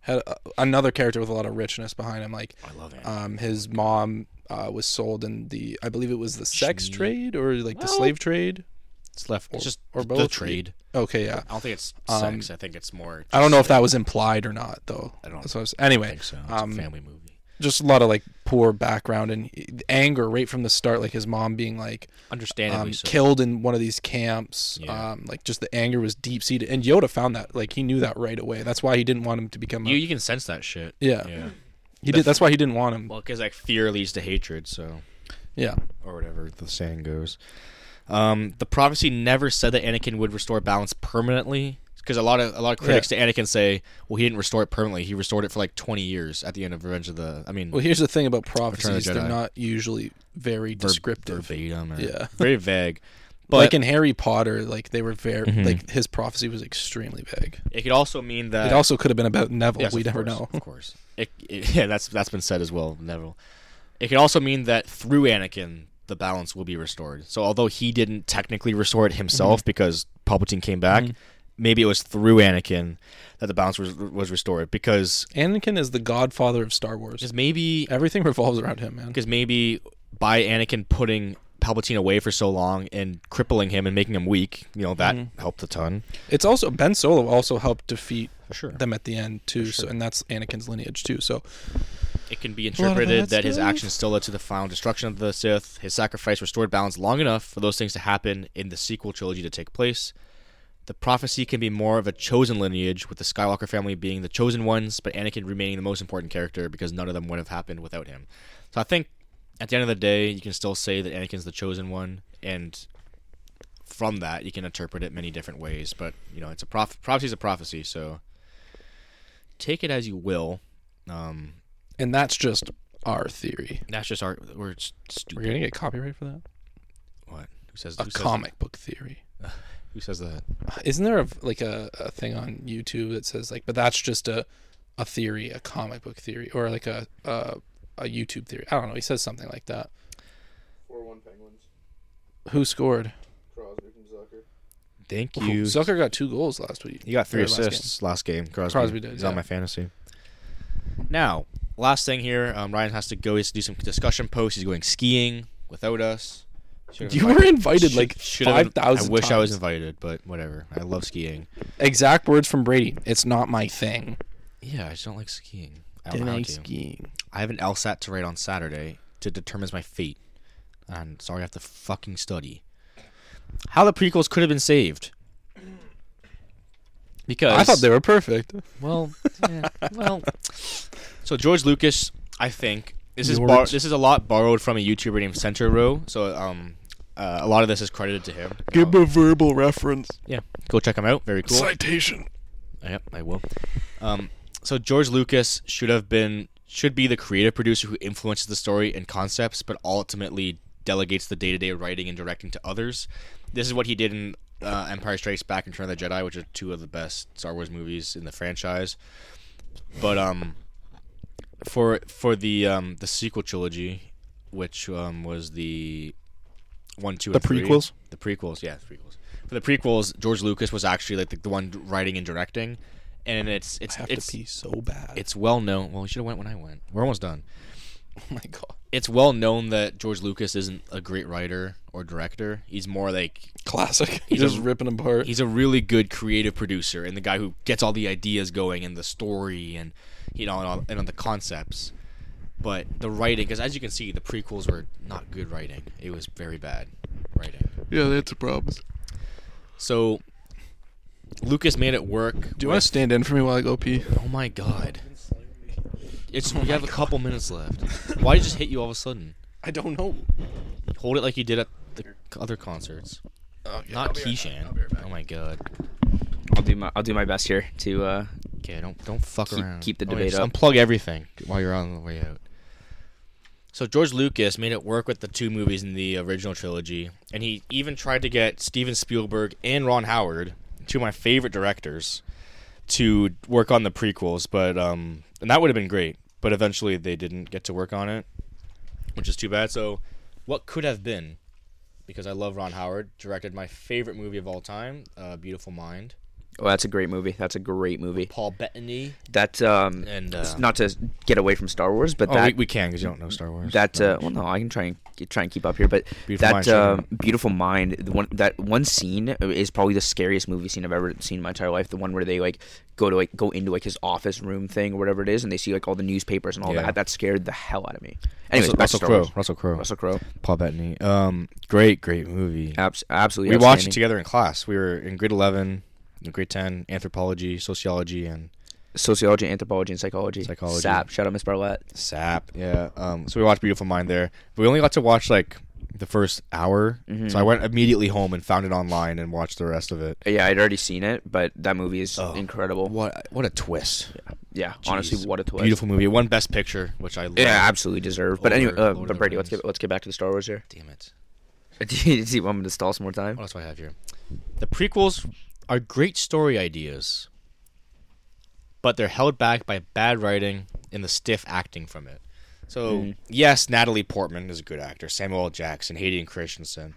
Speaker 3: had a, another character with a lot of richness behind him. Like
Speaker 4: I love it.
Speaker 3: um, his mom uh, was sold in the I believe it was the sex
Speaker 4: Shmi-
Speaker 3: trade or like the slave trade.
Speaker 4: it's left.
Speaker 3: or-
Speaker 4: it's just
Speaker 3: or
Speaker 4: the
Speaker 3: both.
Speaker 4: trade.
Speaker 3: Okay, yeah.
Speaker 4: I don't think it's
Speaker 3: Um,
Speaker 4: sex. I think it's more.
Speaker 3: I don't know if
Speaker 4: just
Speaker 3: that was implied or not, though.
Speaker 4: I don't
Speaker 3: That's what I was-
Speaker 4: like- I
Speaker 3: anyway,
Speaker 4: think so. It's a
Speaker 3: um,
Speaker 4: family movie.
Speaker 3: just a lot of like poor background and e, anger right from the start, like his mom being like
Speaker 4: Understandably
Speaker 3: um,
Speaker 4: so.
Speaker 3: killed in one of these camps.
Speaker 4: Yeah.
Speaker 3: Um, like just the anger was deep seated, and Yoda found that. Like he knew that right away. That's why he didn't want him to become. A,
Speaker 4: you you can sense that shit.
Speaker 3: yeah,
Speaker 4: Yeah.
Speaker 3: he did. That's why he didn't want him.
Speaker 4: Well, because like fear leads to hatred. So.
Speaker 3: Yeah,
Speaker 4: or whatever the saying goes. Um, the prophecy never said that Anakin would restore balance permanently, because a lot of a lot of critics to Anakin say, well, he didn't restore it permanently. He restored it for like 20 years at the end of Revenge of the. I mean,
Speaker 3: Well, here's the thing about
Speaker 4: the
Speaker 3: prophecies; they're
Speaker 4: Jedi.
Speaker 3: not usually very
Speaker 4: verb-
Speaker 3: descriptive.
Speaker 4: verbatim, or
Speaker 3: Yeah.
Speaker 4: very vague. But
Speaker 3: like in Harry Potter, like they were very
Speaker 4: Mhm.
Speaker 3: like his prophecy was extremely vague.
Speaker 4: it could also mean that
Speaker 3: It also could have been about Neville.
Speaker 4: Yes,
Speaker 3: we
Speaker 4: of
Speaker 3: never
Speaker 4: course,
Speaker 3: know. (laughs)
Speaker 4: Of course, it, it- (laughs) yeah, that's that's been said as well. Neville. It could also mean that through Anakin, the balance will be restored. So although he didn't technically restore it himself
Speaker 3: Mhm.
Speaker 4: because Palpatine came back, maybe it was through Anakin that the balance was was restored because
Speaker 3: Anakin is the godfather of Star Wars.
Speaker 4: because maybe
Speaker 3: Everything (laughs) revolves around him, man.
Speaker 4: because maybe by Anakin putting Palpatine away for so long and
Speaker 3: Mhm.
Speaker 4: crippling him and making him weak, you know that helped a ton.
Speaker 3: It's also Ben Solo also helped defeat
Speaker 4: sure.
Speaker 3: them at the end too. So and that's Anakin's lineage too. So
Speaker 4: It can be
Speaker 3: lot of
Speaker 4: interpreted
Speaker 3: that
Speaker 4: that his
Speaker 3: stuff.
Speaker 4: actions still led to the final destruction of the Sith. His sacrifice restored balance long enough for those things to happen in the sequel trilogy to take place. The prophecy can be more of a chosen lineage, with the Skywalker family being the chosen ones, but Anakin remaining the most important character because none of them would have happened without him. So I think at the end of the day, you can still say that Anakin's the chosen one, and from that, you can interpret it many different ways. But you know, it's a proph- prophecy is a prophecy, so take it as you will. Um,
Speaker 3: and that's just our theory.
Speaker 4: that's just our we're s-
Speaker 3: We're
Speaker 4: stupid.
Speaker 3: gonna get copyright for that.
Speaker 4: What? Who says
Speaker 3: A
Speaker 4: who
Speaker 3: comic book theory.
Speaker 4: Says, who says that?
Speaker 3: Isn't there a, like a, a thing on YouTube that says like, but that's just a a theory, a comic book theory, or like a a, a YouTube theory? I don't know. He says something like that.
Speaker 5: Four one Penguins.
Speaker 3: Who scored?
Speaker 5: Crosby from Zucker.
Speaker 4: Thank
Speaker 3: Ooh, Zucker got two goals last week.
Speaker 4: You got three
Speaker 3: Or last
Speaker 4: assists last game. Crosby,
Speaker 3: Crosby did,
Speaker 4: He's
Speaker 3: yeah.
Speaker 4: on my fantasy. Now, last thing here, um, Ryan has to go. He's to do some discussion posts. He's going skiing without us. Should've
Speaker 3: You were invited
Speaker 4: (laughs) Should-
Speaker 3: like
Speaker 4: should've been-
Speaker 3: five thousand.
Speaker 4: I wish I was invited, but whatever. I love skiing.
Speaker 3: Exact words from Brady. It's not my thing.
Speaker 4: Yeah, I just don't like skiing. I don't know how to.
Speaker 3: skiing.
Speaker 4: I have an LSAT to write on Saturday to determine my fate. And sorry, I have to fucking study. How the prequels could have been saved. Because
Speaker 3: I thought they were perfect.
Speaker 4: well, yeah, well. So George Lucas, I think this is
Speaker 3: George.
Speaker 4: bar- this is a lot borrowed from a YouTuber named Center Row. So um, uh, a lot of this is credited to him. Um,
Speaker 3: a verbal reference.
Speaker 4: yeah, go check him out. Very cool.
Speaker 3: Citation.
Speaker 4: Yep, I will. Um, so George Lucas should have been should be the creative producer who influences the story and concepts, but ultimately delegates the day to day writing and directing to others. This is what he did in uh, Empire Strikes Back and Return of the Jedi, which are two of the best Star Wars movies in the franchise. But um, for for the um, the sequel trilogy, which um, was the one, two,
Speaker 3: The
Speaker 4: and three.
Speaker 3: prequels?
Speaker 4: the prequels, yeah, the prequels. For the prequels, George Lucas was actually like the, the one writing and directing, and it's it's
Speaker 3: I have
Speaker 4: it's
Speaker 3: to pee so bad.
Speaker 4: it's well known. Well, you should have went when I went. We're almost done.
Speaker 3: oh my god.
Speaker 4: It's well known that George Lucas isn't a great writer or director. He's more like
Speaker 3: Classic.
Speaker 4: He's
Speaker 3: just
Speaker 4: a-
Speaker 3: ripping apart.
Speaker 4: he's a really good creative producer and the guy who gets all the ideas going and the story and you know and, all, and on the concepts. But the writing, because as you can see, the prequels were not good writing. It was very bad writing.
Speaker 3: yeah, that's a problem.
Speaker 4: So Lucas made it work.
Speaker 3: Do you want to stand in for me while I go pee?
Speaker 4: Oh my god! It's we have a couple minutes left. Why did it just hit you all of a sudden?
Speaker 3: I don't know.
Speaker 4: Hold it like you did at the c- other concerts. Not Keyshan. oh my god.
Speaker 7: I'll do my I'll do my best here to uh
Speaker 4: Okay, don't don't fuck
Speaker 7: Keep-
Speaker 4: around.
Speaker 7: keep the
Speaker 4: Oh, yeah,
Speaker 7: debate
Speaker 4: just
Speaker 7: up.
Speaker 4: Unplug everything while you're on the way out. So George Lucas made it work with the two movies in the original trilogy, and he even tried to get Steven Spielberg and Ron Howard, two of my favorite directors, to work on the prequels. But um, and that would have been great. But eventually, they didn't get to work on it, which is too bad. So, what could have been? Because I love Ron Howard, directed my favorite movie of all time, uh, Beautiful Mind.
Speaker 7: Oh, that's a great movie. That's a great movie.
Speaker 4: Paul Bettany
Speaker 7: That um
Speaker 4: and uh,
Speaker 7: it's not to get away from Star Wars, but
Speaker 4: Oh,
Speaker 7: that
Speaker 4: we, we can because you don't know Star Wars.
Speaker 7: that
Speaker 4: No.
Speaker 7: uh, well no, I can try and try and keep up here, but
Speaker 4: Beautiful Mind,
Speaker 7: that
Speaker 4: sure.
Speaker 7: uh, beautiful mind, the one that one scene is probably the scariest movie scene I've ever seen in my entire life. The one where they like go to like go into like his office room thing or whatever it is, and they see like all the newspapers and all
Speaker 4: Yeah.
Speaker 7: that. That scared the hell out of me. Anyways, back to
Speaker 4: Russell
Speaker 7: Star
Speaker 4: Crowe.
Speaker 7: Wars.
Speaker 4: Russell Crowe.
Speaker 7: Russell Crowe,
Speaker 4: Paul Bettany. Um, great, great movie.
Speaker 7: Abs-
Speaker 4: we
Speaker 7: absolutely.
Speaker 4: watched
Speaker 7: outstanding.
Speaker 4: it together in class. We were in grade eleven, in grade ten, anthropology, sociology, and
Speaker 7: Sociology, anthropology, and psychology.
Speaker 4: Psychology.
Speaker 7: Sap. Shout out, Miss Barlett.
Speaker 4: SAP. Yeah. Um, so we watched Beautiful Mind there. But we only got to watch like the first hour.
Speaker 7: Mm-hmm.
Speaker 4: So I went immediately home and found it online and watched the rest of it.
Speaker 7: Yeah, I'd already seen it, but that movie is incredible.
Speaker 4: What what a twist!
Speaker 7: Yeah, honestly,
Speaker 4: Jeez.
Speaker 7: what a twist.
Speaker 4: Beautiful movie. It won Best Picture, which I love.
Speaker 7: Yeah, absolutely deserved. But anyway,
Speaker 4: Over
Speaker 7: uh,
Speaker 4: Lord of
Speaker 7: but
Speaker 4: the
Speaker 7: Brady, let's
Speaker 4: Rings.
Speaker 7: get let's get back to the Star Wars here.
Speaker 4: Damn it.
Speaker 7: (laughs) do, you, do you want me to stall some more time?
Speaker 4: What else do I have here? The prequels are great story ideas, but they're held back by bad writing and the stiff acting from it. So
Speaker 7: Mm-hmm.
Speaker 4: yes, Natalie Portman is a good actor. Samuel L. Jackson, Hayden Christensen,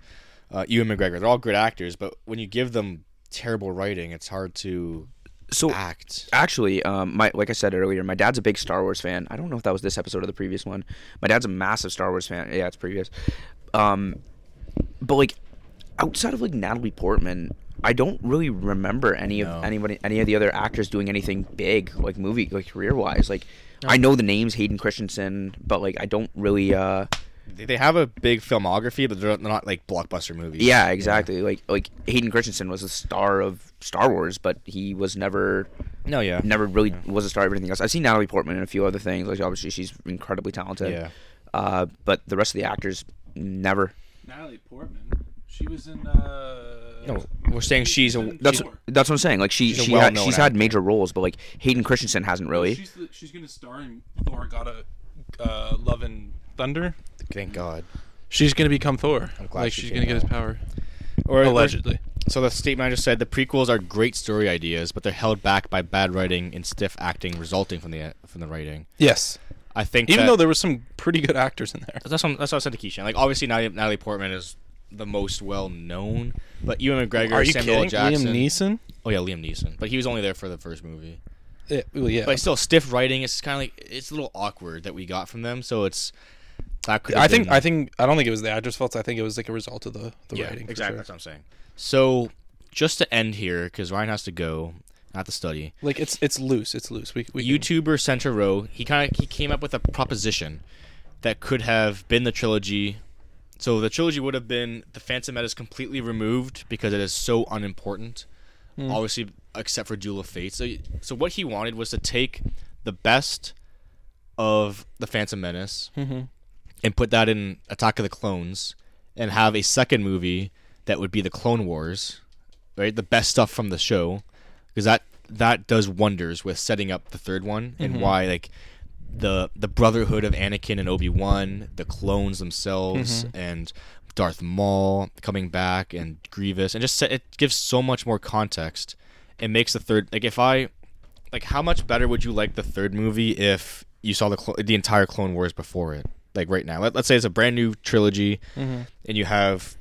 Speaker 4: uh, Ewan McGregor—they're all good actors. But when you give them terrible writing, it's hard to
Speaker 7: So
Speaker 4: act.
Speaker 7: actually, um, my like I said earlier, my dad's a big Star Wars fan. I don't know if that was this episode or the previous one. My dad's a massive Star Wars fan. Yeah, it's previous. Um, but like outside of like Natalie Portman, I don't really remember any
Speaker 4: No.
Speaker 7: of anybody any of the other actors doing anything big like movie like career wise. Like I know the names Hayden Christensen, but like I don't really. uh
Speaker 4: They they have a big filmography, but they're they're not like blockbuster movies.
Speaker 7: Yeah, exactly. Like like Hayden Christensen was the star of Star Wars, but he was never
Speaker 4: No, yeah.
Speaker 7: never really was a star of anything else. I've seen Natalie Portman in a few other things. Like obviously she's incredibly talented.
Speaker 4: Yeah.
Speaker 7: Uh, but the rest of the actors never.
Speaker 9: Natalie Portman. She was in. Uh,
Speaker 4: No, we're saying she's a.
Speaker 7: That's
Speaker 9: Sure.
Speaker 7: that's what I'm saying. Like she
Speaker 4: She's a
Speaker 7: she had,
Speaker 4: well-known
Speaker 7: she's had major roles, but like Hayden Christensen hasn't really.
Speaker 9: She's, the, she's gonna star in Thor: Gotta uh, Love and Thunder.
Speaker 4: Thank God.
Speaker 3: She's gonna become Thor.
Speaker 4: I'm glad
Speaker 3: Like
Speaker 4: she
Speaker 3: she's
Speaker 4: came
Speaker 3: gonna get his
Speaker 4: out.
Speaker 3: power
Speaker 4: Or
Speaker 3: allegedly.
Speaker 4: So the statement I just said: the prequels are great story ideas, but they're held back by bad writing and stiff acting resulting from the from the writing.
Speaker 3: Yes.
Speaker 4: I think
Speaker 3: Even
Speaker 4: that-
Speaker 3: though there were some pretty good actors in there.
Speaker 4: that's what, that's what I said to Keisha. Like obviously Natalie, Natalie Portman is the most well known, but Ewan McGregor, Samuel L. Jackson,
Speaker 3: Liam Neeson.
Speaker 4: oh yeah, Liam Neeson, but he was only there for the first movie.
Speaker 3: Yeah, well, yeah.
Speaker 4: But still, stiff writing is kind of like it's a little awkward that we got from them. So it's that could.
Speaker 3: I think
Speaker 4: been,
Speaker 3: I think I don't think it was the actors' fault. I think it was like a result of the the writing. for
Speaker 4: exactly.
Speaker 3: sure.
Speaker 4: That's what I'm saying. So just to end here, because Ryan has to go, not to study.
Speaker 3: Like it's it's loose. It's loose. We, we can-
Speaker 4: YouTuber Central Row, he kind of he came up with a proposition that could have been the trilogy. So the trilogy would have been the Phantom Menace completely removed because it is so unimportant, obviously except for Duel of Fate. So so what he wanted was to take the best of the Phantom Menace and put that in Attack of the Clones and have a second movie that would be the Clone Wars, right? The best stuff from the show because that that does wonders with setting up the third one and why like the the brotherhood of Anakin and Obi Wan, the clones themselves,
Speaker 3: Mm-hmm.
Speaker 4: and Darth Maul coming back and Grievous, and just set, it gives so much more context. It makes the third like if I like how much better would you like the third movie if you saw the clo- the entire Clone Wars before it, like right now? Let, let's say it's a brand new trilogy,
Speaker 3: Mm-hmm.
Speaker 4: and you have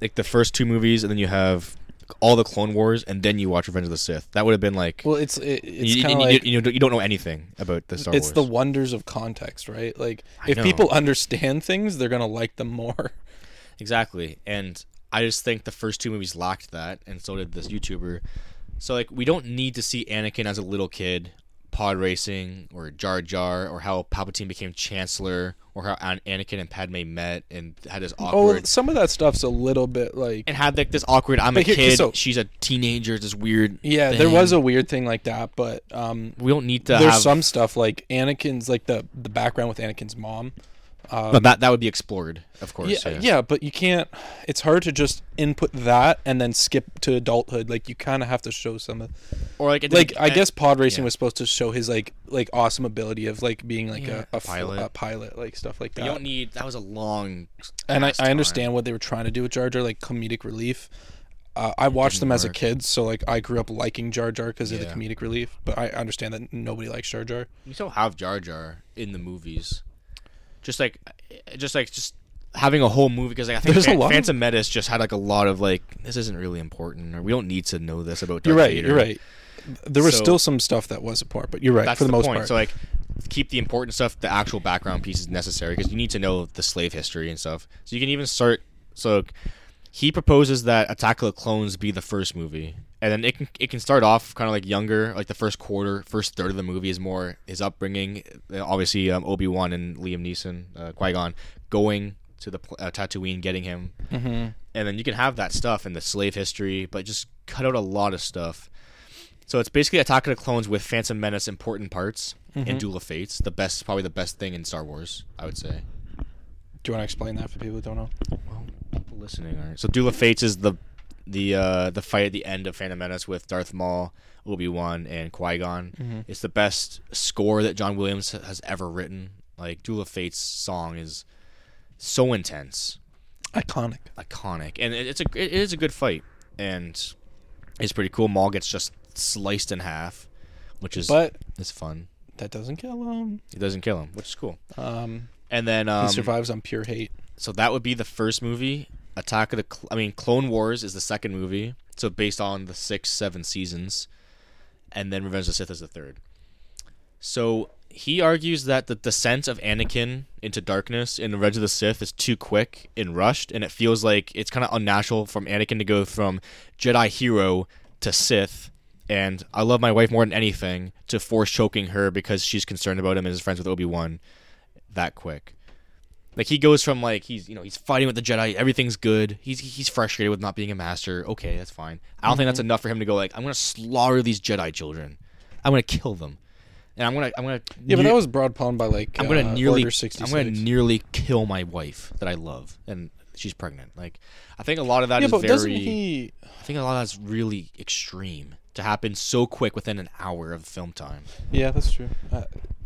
Speaker 4: like the first two movies, and then you have all the Clone Wars, and then you watch Revenge of the Sith. That would have been like
Speaker 3: Well, it's it, it's
Speaker 4: you, you,
Speaker 3: kind of
Speaker 4: you-
Speaker 3: like
Speaker 4: you, don't- you don't know anything about the Star
Speaker 3: it's
Speaker 4: Wars.
Speaker 3: the wonders of context, right? Like
Speaker 4: I
Speaker 3: if
Speaker 4: know.
Speaker 3: people understand things, they're gonna like them more. (laughs)
Speaker 4: Exactly. And I just think the first two movies lacked that, and so did this YouTuber. So like we don't need to see Anakin as a little kid pod racing or Jar Jar or how Palpatine became Chancellor or how An- Anakin and Padme met and had this
Speaker 3: Oh,
Speaker 4: awkward
Speaker 3: some of that stuff's a little bit like
Speaker 4: and had like this awkward I'm a
Speaker 3: But here-
Speaker 4: kid,
Speaker 3: so-
Speaker 4: she's a teenager, this weird
Speaker 3: yeah, there was
Speaker 4: thing.
Speaker 3: a weird thing like that, but um,
Speaker 4: we don't need to
Speaker 3: there's
Speaker 4: have
Speaker 3: some stuff like Anakin's like the the background with Anakin's mom.
Speaker 4: but that that would be explored, of
Speaker 3: Yeah,
Speaker 4: course.
Speaker 3: yeah, but you can't. It's hard to just input that and then skip to adulthood. Like you kind of have to show some of
Speaker 4: Or like at the
Speaker 3: like I
Speaker 4: begin-
Speaker 3: guess pod racing
Speaker 4: yeah.
Speaker 3: was supposed to show his like like awesome ability of like being like a, a, fl-
Speaker 4: pilot.
Speaker 3: a pilot, like stuff like
Speaker 4: you
Speaker 3: that.
Speaker 4: don't need that was a long
Speaker 3: and I,
Speaker 4: ass
Speaker 3: I
Speaker 4: time.
Speaker 3: understand what they were trying to do with Jar Jar, like comedic relief. Uh, I watched them as a
Speaker 4: work.
Speaker 3: kid, so like I grew up liking Jar Jar because of the
Speaker 4: Yeah.
Speaker 3: comedic relief. But I understand that nobody likes Jar Jar.
Speaker 4: You still have Jar Jar in the movies, just like, just like, just having a whole movie because like, I think
Speaker 3: There's a
Speaker 4: Fan-
Speaker 3: lot of-
Speaker 4: Phantom Menace just had like a lot of like this isn't really important or we don't need to know this about. Darth
Speaker 3: You're right.
Speaker 4: Vader.
Speaker 3: You're right. There was
Speaker 4: So-
Speaker 3: still some stuff that was important, but you're right
Speaker 4: That's
Speaker 3: for the, most
Speaker 4: point.
Speaker 3: part.
Speaker 4: So like, keep the important stuff, the actual background pieces necessary because you need to know the slave history and stuff. So you can even start. So he proposes that Attack of the Clones be the first movie, and then it can it can start off kind of like younger, like the first quarter, first third of the movie is more his upbringing. Uh, Obviously, um, Obi Wan and Liam Neeson, uh, Qui Gon, going to the pl- uh, Tatooine, getting him, mm-hmm. and then you can have that stuff and the slave history, but just cut out a lot of stuff. So it's basically Attack of the Clones with Phantom Menace important parts and Duel of Fates, the best, probably the best thing in Star Wars, I would say.
Speaker 3: do you want to explain that for people who don't know?
Speaker 4: People listening are so Duel of Fates is the the uh, the fight at the end of Phantom Menace with Darth Maul, Obi Wan, and Qui Gon. It's the best score that John Williams has ever written. Like Duel of Fates song is so intense,
Speaker 3: Iconic.
Speaker 4: iconic, and it, it's a it is a good fight, and it's pretty cool. Maul gets just sliced in half, which is
Speaker 3: But
Speaker 4: it's fun.
Speaker 3: that doesn't kill him.
Speaker 4: It doesn't kill him, which is cool.
Speaker 3: Um,
Speaker 4: And then
Speaker 3: he
Speaker 4: um,
Speaker 3: survives on pure hate.
Speaker 4: so that would be the first movie. Attack of the Cl- I mean Clone Wars is the second movie. So based on the six, seven seasons, and then Revenge of the Sith is the third. So he argues that the descent of Anakin into darkness in Revenge of the Sith is too quick and rushed, and it feels like it's kind of unnatural from Anakin to go from Jedi hero to Sith. And I love my wife more than anything to force choking her because she's concerned about him and his friends with Obi Wan that quick. Like he goes from like he's you know he's fighting with the Jedi, everything's good. He's he's frustrated with not being a master. Okay, that's fine. I don't think
Speaker 3: Mm-hmm.
Speaker 4: that's enough for him to go like I'm gonna slaughter these Jedi children. I'm gonna kill them, and I'm gonna I'm gonna
Speaker 3: Yeah, but
Speaker 4: ne-
Speaker 3: that was broad palm by like
Speaker 4: I'm gonna
Speaker 3: uh,
Speaker 4: nearly
Speaker 3: Order 66.
Speaker 4: I'm gonna nearly kill my wife that I love, and she's pregnant. Like I think a lot of that
Speaker 3: yeah,
Speaker 4: is
Speaker 3: but doesn't
Speaker 4: very.
Speaker 3: he?
Speaker 4: I think a lot of that's really extreme to happen so quick within an hour of film time.
Speaker 3: Yeah, that's true. Uh,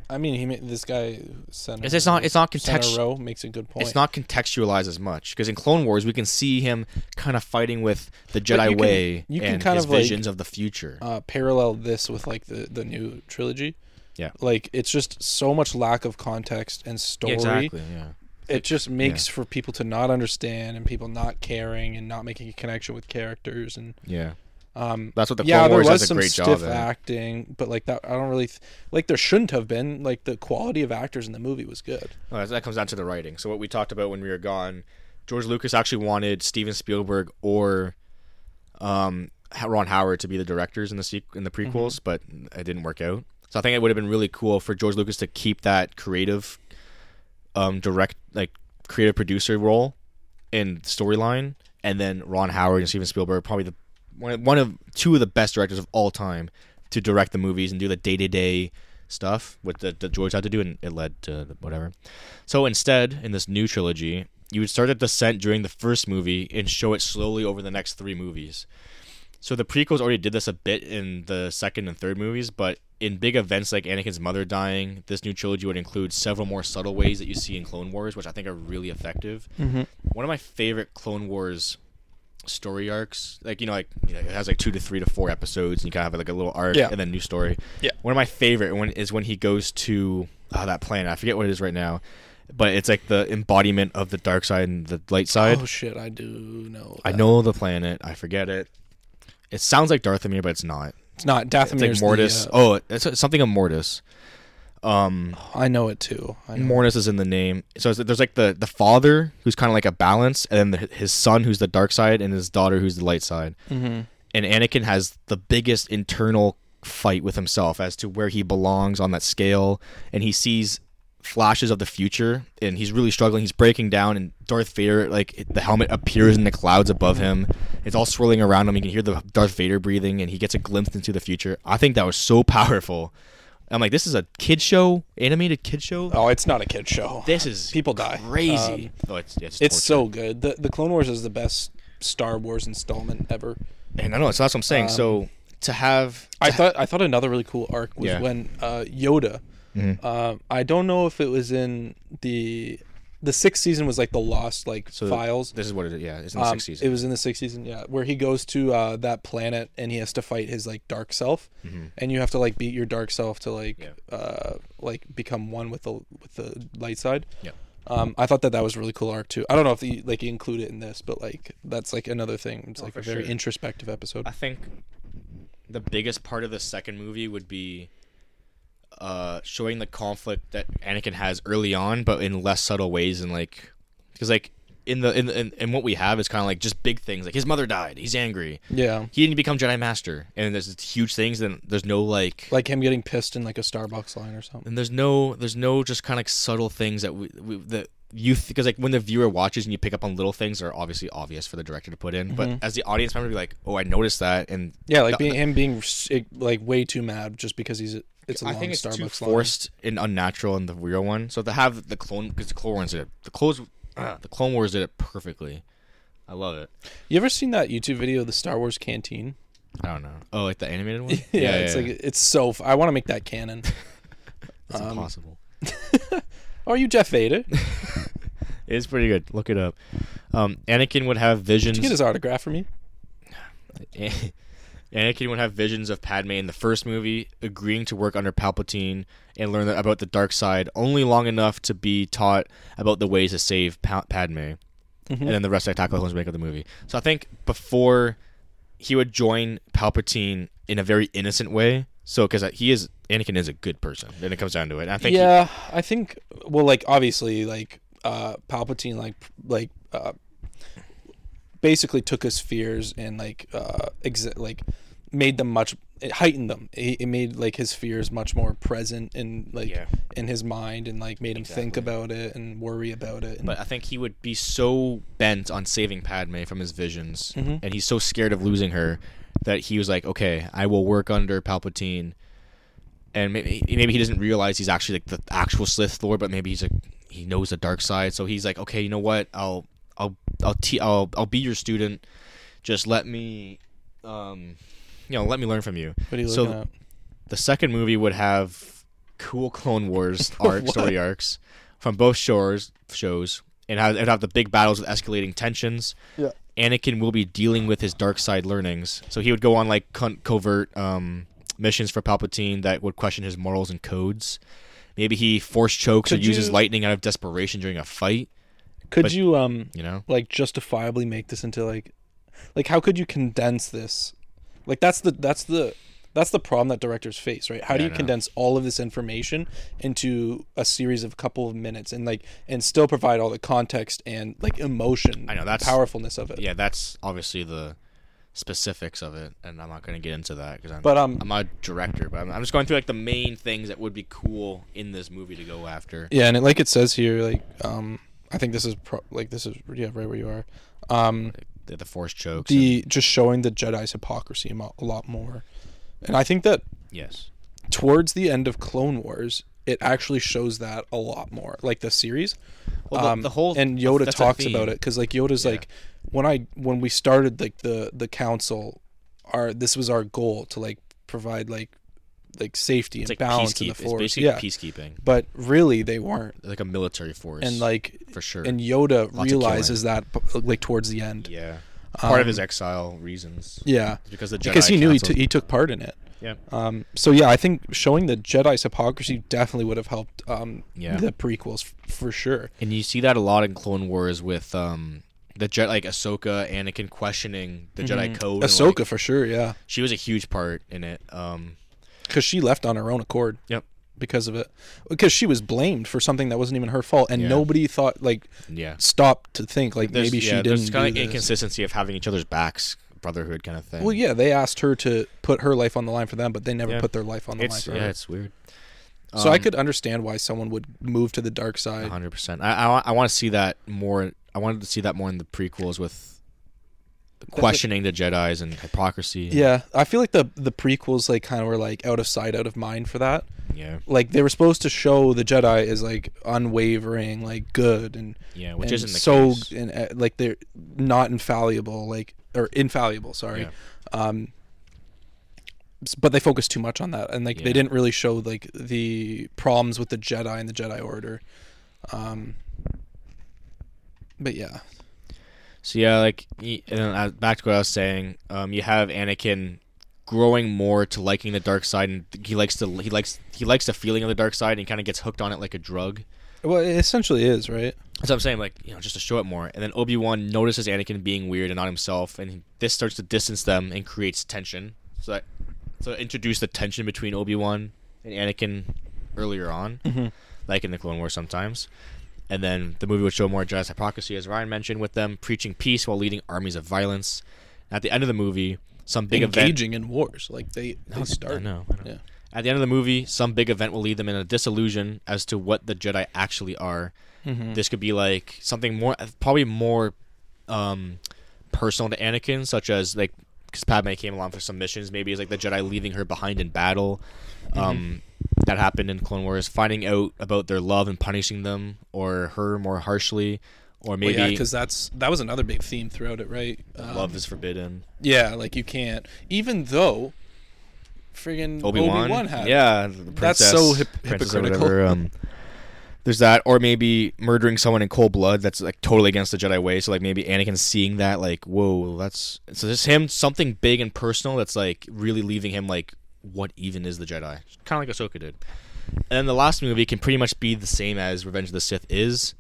Speaker 3: I mean, he made this guy center.
Speaker 4: It's, it's not it's not
Speaker 3: center
Speaker 4: contextual.
Speaker 3: row makes a good point.
Speaker 4: It's not contextualized as much because in Clone Wars we can see him kind of fighting with the
Speaker 3: you
Speaker 4: Jedi
Speaker 3: can-
Speaker 4: way
Speaker 3: you can
Speaker 4: and
Speaker 3: kind
Speaker 4: his
Speaker 3: of, like,
Speaker 4: visions of the future.
Speaker 3: uh, parallel this with like the the new trilogy.
Speaker 4: Yeah.
Speaker 3: like it's just so much lack of context and story.
Speaker 4: exactly. Yeah.
Speaker 3: It just makes for people to not understand and people not caring and not making a connection with characters and
Speaker 4: Yeah. Um, that's what the Clone
Speaker 3: yeah, there
Speaker 4: Wars
Speaker 3: was
Speaker 4: does a
Speaker 3: some
Speaker 4: great job.
Speaker 3: stiff
Speaker 4: At.
Speaker 3: acting, but like that, I don't really th- like. There shouldn't have been like the quality of actors in the movie was good.
Speaker 4: Oh, that- that comes down to the writing. So what we talked about when we were gone, George Lucas actually wanted Steven Spielberg or um, H- Ron Howard to be the directors in the sequ- in the
Speaker 3: Mm-hmm.
Speaker 4: prequels, but it didn't work out. So I think it would have been really cool for George Lucas to keep that creative, um, direct like creative producer role in storyline, and then Ron Howard and Steven Spielberg, probably the one one of two of the best directors of all time, to direct the movies and do the day to day stuff with the, the George had to do, and it led to the- whatever. So instead, in this new trilogy, you would start the descent during the first movie and show it slowly over the next three movies. So the prequels already did this a bit in the second and third movies, but in big events like Anakin's mother dying, this new trilogy would include several more subtle ways that you see in Clone Wars, which I think are really effective.
Speaker 3: Mm-hmm.
Speaker 4: One of my favorite Clone Wars story arcs, like you know, like you know, it has like two to three to four episodes, and you kind of have like a little arc
Speaker 3: Yeah.
Speaker 4: and then new story.
Speaker 3: Yeah.
Speaker 4: One of my favorite one is when he goes to oh, that planet. I forget what it is right now, but it's like the embodiment of the dark side and the light side.
Speaker 3: Oh shit, I do know.
Speaker 4: I
Speaker 3: that.
Speaker 4: know the planet. I forget it. It sounds like Darthamir, but it's not.
Speaker 3: it's not
Speaker 4: It's
Speaker 3: Dathomir.
Speaker 4: like
Speaker 3: uh,
Speaker 4: Mortis. oh, it's it's something of Mortis. Um,
Speaker 3: I know it too. I know.
Speaker 4: Mortis is in the name. So it's- there's like the the father who's kind of like a balance, and then the, his son who's the dark side, and his daughter who's the light side. Mm-hmm. And Anakin has the biggest internal fight with himself as to where he belongs on that scale, and he sees flashes of the future, and he's really struggling. He's breaking down, and Darth Vader like it- the helmet appears in the clouds above him. It's all swirling around him. You can hear the Darth Vader breathing, and he gets a glimpse into the future. I think that was so (laughs) powerful. I'm like, this is a kid show, animated kid show
Speaker 3: Oh, it's not a kid show.
Speaker 4: this is
Speaker 3: people die.
Speaker 4: crazy.
Speaker 3: Um,
Speaker 4: oh, it's it's,
Speaker 3: it's
Speaker 4: torture.
Speaker 3: so good. The the Clone Wars is the best Star Wars installment ever.
Speaker 4: and I know so that's what I'm saying.
Speaker 3: Um,
Speaker 4: so to have
Speaker 3: I thought I thought another really cool arc was
Speaker 4: Yeah. Mm-hmm.
Speaker 3: when uh, Yoda. Uh, I don't know if it was in the the sixth season was like the lost like
Speaker 4: so
Speaker 3: files.
Speaker 4: This is what it is. Yeah, it's in the
Speaker 3: Um,
Speaker 4: sixth season.
Speaker 3: It was in the sixth season, yeah, where he goes to uh, that planet and he has to fight his like dark self,
Speaker 4: Mm-hmm.
Speaker 3: and you have to like beat your dark self to like uh, like become one with the with the light side.
Speaker 4: Yeah.
Speaker 3: Um, I thought that that was a really cool arc too. I don't know if the, like you include it in this, but like that's like another thing. It's like a very
Speaker 4: Oh, sure.
Speaker 3: introspective episode.
Speaker 4: I think the biggest part of the second movie would be uh, showing the conflict that Anakin has early on, but in less subtle ways, and like because like in the in, the- in in what we have is kind of like just big things. Like his mother died. He's angry.
Speaker 3: Yeah.
Speaker 4: He didn't become Jedi Master, and there's this huge things. And there's no like
Speaker 3: Like him getting pissed in like a Starbucks line or something.
Speaker 4: and there's no there's no just kind of subtle things that we, we that you because like when the viewer watches and you pick up on little things that are obviously obvious for the director to put in but as the audience member be like oh i noticed that and
Speaker 3: (laughs) Mm-hmm. Yeah, like
Speaker 4: the-
Speaker 3: being him being s- like way too mad just because he's it's a
Speaker 4: I
Speaker 3: long
Speaker 4: think it's
Speaker 3: Starbucks
Speaker 4: too
Speaker 3: line.
Speaker 4: forced and unnatural in the real one. So to have the clone because the Clone Wars did it, the clothes, (clears throat) the Clone Wars did it perfectly. I love it.
Speaker 3: You ever seen that YouTube video of the Star Wars canteen?
Speaker 4: I don't know. Oh, like the animated one.
Speaker 3: (laughs) Yeah, it's like it's so. F- I want to make that (laughs) canon.
Speaker 4: it's
Speaker 3: um,
Speaker 4: impossible.
Speaker 3: Oh, Are you Jeff (laughs) Vader?
Speaker 4: It's pretty good. Look it up. Um, Anakin would have visions.
Speaker 3: Get his autograph for me.
Speaker 4: An- (laughs) Anakin would have visions of Padme in the first movie, agreeing to work under Palpatine and learn about the dark side only long enough to be taught about the ways to save pa- Padme. And then the rest I tackle homes make of the movie. So I think before he would join Palpatine in a very innocent way So because he is Anakin is a good person, then it comes down to it. And I think he-
Speaker 3: yeah, I think well, like obviously, like uh, Palpatine, like like uh, basically took his fears and like uh, exi- like made them much it heightened them. It, it made like his fears much more present in like
Speaker 4: Yeah.
Speaker 3: in his mind and like made him think about it and worry about it. And,
Speaker 4: but I think he would be so bent on saving Padme from his visions,
Speaker 3: Mm-hmm.
Speaker 4: and he's so scared of losing her that he was like, "Okay, I will work under Palpatine." And maybe maybe he doesn't realize he's actually like the actual Sith Lord, but maybe he's like he knows the dark side, so he's like, "Okay, you know what? I'll I'll I'll te- I'll, I'll be your student. Just let me, um, you know, let me learn from you."
Speaker 3: what are you
Speaker 4: so
Speaker 3: looking at?
Speaker 4: the second movie would have cool
Speaker 3: (laughs)
Speaker 4: Clone Wars arc story arcs from both shores shows, and have it'd have the big battles with escalating tensions.
Speaker 8: Yeah.
Speaker 4: Anakin will be dealing with his dark side learnings, so he would go on like con- covert um, missions for Palpatine that would question his morals and codes. Maybe he force chokes or
Speaker 3: Could
Speaker 4: uses
Speaker 3: you-
Speaker 4: lightning out of desperation during a fight.
Speaker 3: Could
Speaker 4: but-
Speaker 3: you um
Speaker 4: You know,
Speaker 3: like justifiably make this into like like how could you condense this like that's the that's the that's the problem that directors face right how do you
Speaker 4: Yeah, I know.
Speaker 3: condense all of this information into a series of couple of minutes and like and still provide all the context and like emotion
Speaker 4: I know, that's-
Speaker 3: powerfulness of it
Speaker 4: yeah, that's obviously the specifics of it, and I'm not going to get into that because I'm
Speaker 3: but um
Speaker 4: I'm not a director, but I'm, I'm just going through like the main things that would be cool in this movie to go after.
Speaker 3: yeah and it, like it says here like um i think this is pro- like this is yeah right where you are um
Speaker 4: The, the force chokes. and-
Speaker 3: the just showing the jedi's hypocrisy a mo- a lot more and i think that
Speaker 4: yes.
Speaker 3: towards the end of Clone Wars, it actually shows that a lot more, like the series.
Speaker 4: Well, the- the whole-
Speaker 3: um, and Yoda
Speaker 4: that's a
Speaker 3: talks
Speaker 4: theme.
Speaker 3: about it because like Yoda's
Speaker 4: Yeah.
Speaker 3: like when I when we started like the the council, our this was our goal to like provide like like safety
Speaker 4: It's
Speaker 3: and
Speaker 4: like
Speaker 3: balance in
Speaker 4: peacekeeping.
Speaker 3: the
Speaker 4: It's
Speaker 3: force,
Speaker 4: basically
Speaker 3: yeah.
Speaker 4: peacekeeping.
Speaker 3: But really, they weren't,
Speaker 4: Like a military force.
Speaker 3: and like
Speaker 4: for sure.
Speaker 3: and Yoda
Speaker 4: killing.
Speaker 3: realizes that like towards the end, yeah,
Speaker 4: yeah, part of his exile reasons. Because the Jedi
Speaker 3: um, because he knew he,
Speaker 4: Council-
Speaker 3: t- he took part in it.
Speaker 4: yeah.
Speaker 3: Um, so yeah, I think showing the Jedi's hypocrisy definitely would have helped um,
Speaker 4: Yeah.
Speaker 3: the prequels f- for sure.
Speaker 4: And you see that a lot in Clone Wars with um the Jedi, like Ahsoka, Anakin questioning the Jedi code. and,
Speaker 3: Mm-hmm. Ahsoka
Speaker 4: like,
Speaker 3: for sure, yeah,
Speaker 4: she was a huge part in it. Um,
Speaker 3: because she left on her own accord.
Speaker 4: Yep.
Speaker 3: Because of it, because she was blamed for something that wasn't even her fault, and
Speaker 4: Yeah.
Speaker 3: nobody thought like
Speaker 4: yeah.
Speaker 3: stopped to think like
Speaker 4: There's-
Speaker 3: maybe she
Speaker 4: yeah,
Speaker 3: didn't.
Speaker 4: There's kind
Speaker 3: Do
Speaker 4: of
Speaker 3: this.
Speaker 4: inconsistency of having each other's backs, brotherhood kind of thing.
Speaker 3: Well, yeah, they asked her to put her life on the line for them, but they never
Speaker 4: Yeah.
Speaker 3: put their life on the
Speaker 4: it's
Speaker 3: line for
Speaker 4: yeah,
Speaker 3: her.
Speaker 4: it's weird.
Speaker 3: So I could understand why someone would move to the dark side.
Speaker 4: 100. Um, percent I I, want to see that more. I wanted to see that more in the prequels with questioning the Jedi's and hypocrisy. and-
Speaker 3: Yeah, I feel like the the prequels like kind of were like out of sight, out of mind for that.
Speaker 4: yeah,
Speaker 3: like they were supposed to show the Jedi as like unwavering, like good, and
Speaker 4: yeah. Which
Speaker 3: and
Speaker 4: isn't the
Speaker 3: so
Speaker 4: case.
Speaker 3: and uh, like they're not infallible, like or infallible. Sorry,
Speaker 4: Yeah.
Speaker 3: um, s- but they focused too much on that, and like
Speaker 4: Yeah.
Speaker 3: they didn't really show like the problems with the Jedi and the Jedi Order. Um, but yeah,
Speaker 4: So yeah, like y- and then, uh, back to what I was saying. Um, you have Anakin growing more to liking the dark side, and he likes the he likes he likes the feeling of the dark side, and he kind of gets hooked on it like a drug.
Speaker 3: well, it essentially is right.
Speaker 4: That's what I'm saying, like, you know, just to show it more. And then Obi Wan notices Anakin being weird and not himself, and he- this starts to distance them and creates tension. So that so introduce the tension between Obi Wan and Anakin earlier on, like in the Clone Wars sometimes. And then the movie would show more Jedi's hypocrisy, as Ryan mentioned, with them preaching peace while leading armies of violence. At the end of the movie, some big event
Speaker 3: Engaging in wars, like they they start.
Speaker 4: I know. I know.
Speaker 3: Yeah.
Speaker 4: At the end of the movie, some big event will lead them in a disillusion as to what the Jedi actually are.
Speaker 3: Mm-hmm.
Speaker 4: This could be like something more, probably more um, personal to Anakin, such as like because Padme came along for some missions. Maybe it's like the Jedi leaving her behind in battle.
Speaker 3: Mm-hmm.
Speaker 4: Um, that happened in Clone Wars. Finding out about their love and punishing them, or her more harshly, or
Speaker 3: Well,
Speaker 4: maybe
Speaker 3: yeah, because that's that was another big theme throughout it, right? Um,
Speaker 4: love is forbidden.
Speaker 3: Yeah, like you can't. Even though, friggin' Obi
Speaker 4: Obi-Wan?
Speaker 3: Wan had.
Speaker 4: Yeah, the princess-
Speaker 3: so hip-
Speaker 4: princess or
Speaker 3: hypocritical.
Speaker 4: whatever, um, there's that, or maybe murdering someone in cold blood. That's like totally against the Jedi way. So like maybe Anakin's seeing that, like, whoa, that's so just him something big and personal. That's like really leaving him like, what even is the Jedi? Kind of like Ahsoka did. And then the last movie can pretty much be the same as Revenge of the Sith is.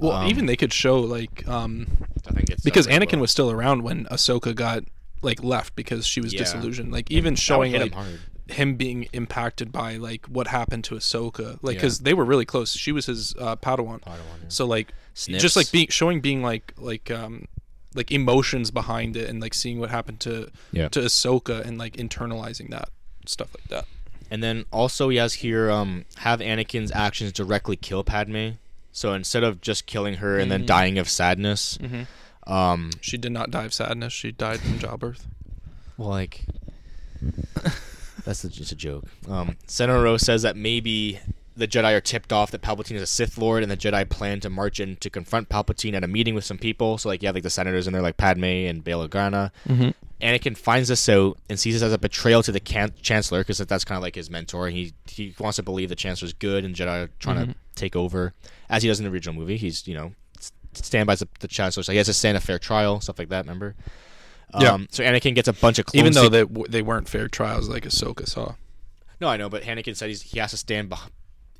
Speaker 3: Well,
Speaker 4: Um,
Speaker 3: even they could show like um
Speaker 4: I think it's
Speaker 3: because
Speaker 4: that's, like,
Speaker 3: Anakin
Speaker 4: what-
Speaker 3: was still around when Ahsoka got like left because she was
Speaker 4: Yeah.
Speaker 3: disillusioned. Like even
Speaker 4: that would
Speaker 3: showing
Speaker 4: hit
Speaker 3: like
Speaker 4: him hard.
Speaker 3: him being impacted by like what happened to Ahsoka, like
Speaker 4: Yeah.
Speaker 3: because they were really close. She was his uh, Padawan. So like
Speaker 4: Snips.
Speaker 3: just like being showing being like like um like emotions behind it and like seeing what happened to
Speaker 4: Yeah.
Speaker 3: to Ahsoka and like internalizing that stuff like that.
Speaker 4: And then also he has here um have Anakin's actions directly kill Padme. So instead of just killing her and then dying of sadness, um,
Speaker 3: She did not die of sadness. She died from childbirth.
Speaker 4: well, like that's a, just a joke. Um, Senoro says that maybe the Jedi are tipped off that Palpatine is a Sith Lord, and the Jedi plan to march in to confront Palpatine at a meeting with some people. So like you have like the senators in there, like Padme and Bail Organa.
Speaker 3: Mm-hmm.
Speaker 4: Anakin finds this out and sees this as a betrayal to the can- Chancellor because that's kind of like his mentor. He he wants to believe the Chancellor's good and Jedi are trying
Speaker 3: Mm-hmm.
Speaker 4: to take over, as he does in the original movie. He's you know s- stand by the, the Chancellor, so he has to stand a fair trial, stuff like that. Remember? Um,
Speaker 3: Yeah.
Speaker 4: So Anakin gets a bunch of clones
Speaker 3: Even though
Speaker 4: to-
Speaker 3: they they weren't fair trials like Ahsoka saw.
Speaker 4: no, I know, but Anakin said he's, he has to stand beh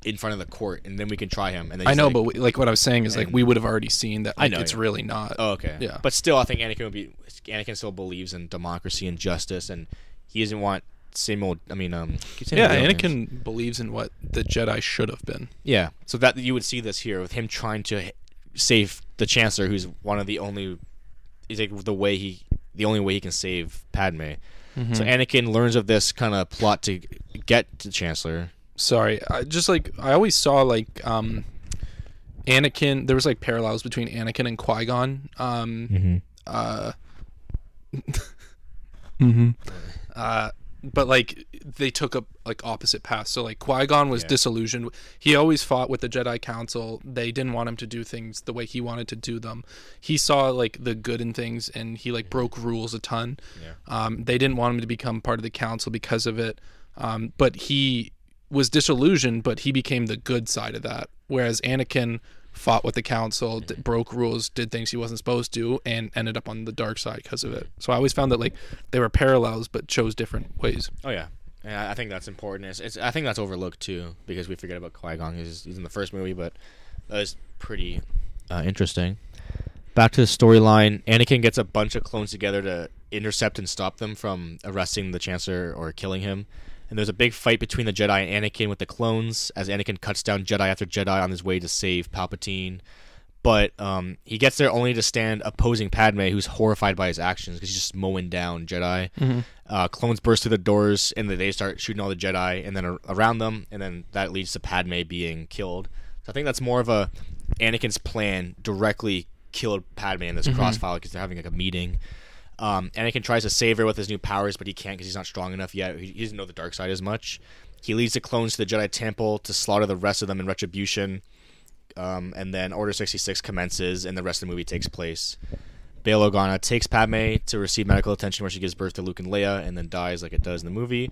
Speaker 4: in front of the court, and then we can try him. And then
Speaker 3: I
Speaker 4: he's
Speaker 3: know,
Speaker 4: like-
Speaker 3: but we, like what I was saying is like
Speaker 4: and-
Speaker 3: we would have already seen that.
Speaker 4: I
Speaker 3: Like,
Speaker 4: know,
Speaker 3: it's
Speaker 4: yeah.
Speaker 3: really not.
Speaker 4: oh, okay,
Speaker 3: Yeah.
Speaker 4: But still, I think Anakin would be. Anakin still believes in democracy and justice, and he doesn't want Samuel. I mean, um, I keep saying
Speaker 3: yeah,
Speaker 4: the real names.
Speaker 3: Anakin believes in what the Jedi should have been.
Speaker 4: Yeah, so that you would see this here with him trying to h- save the Chancellor, who's one of the only. Is like the way he, the only way he can save Padme.
Speaker 3: Mm-hmm.
Speaker 4: So Anakin learns of this kind of plot to get to Chancellor.
Speaker 3: sorry i just like i always saw like um anakin there was like parallels between anakin and qui-gon um uh uh but like they took up like opposite paths so like qui-gon was disillusioned he always fought with the jedi council they didn't want him to do things the way he wanted to do them he saw like the good in things and he like broke rules a ton um, they didn't want him to become part of the council because of it um, but he was disillusioned but he became the good side of that whereas anakin fought with the council d- broke rules did things he wasn't supposed to and ended up on the dark side because of it so i always found that like they were parallels but chose different ways
Speaker 4: Oh yeah, and I I think that's important. It's, it's I think that's overlooked too because we forget about Qui Gon. He's, he's in the first movie, but that is pretty uh, interesting. Back to the storyline, Anakin gets a bunch of clones together to intercept and stop them from arresting the Chancellor or killing him. And there's a big fight between the Jedi and Anakin with the clones as Anakin cuts down Jedi after Jedi on his way to save Palpatine. But um, he gets there only to stand opposing Padme, who's horrified by his actions because he's just mowing down Jedi. Uh, clones burst through the doors, and then they start shooting all the Jedi, and then ar- around them, and then that leads to Padme being killed. So I think that's more of a Anakin's plan directly killed Padme in this crossfire because they're having like a meeting. Um, Anakin tries to save her with his new powers, but he can't because he's not strong enough yet. He he doesn't know the dark side as much. He leads the clones to the Jedi Temple to slaughter the rest of them in retribution. Um, and then Order 66 commences, and the rest of the movie takes place. Bail Organa takes Padme to receive medical attention where she gives birth to Luke and Leia and then dies like it does in the movie.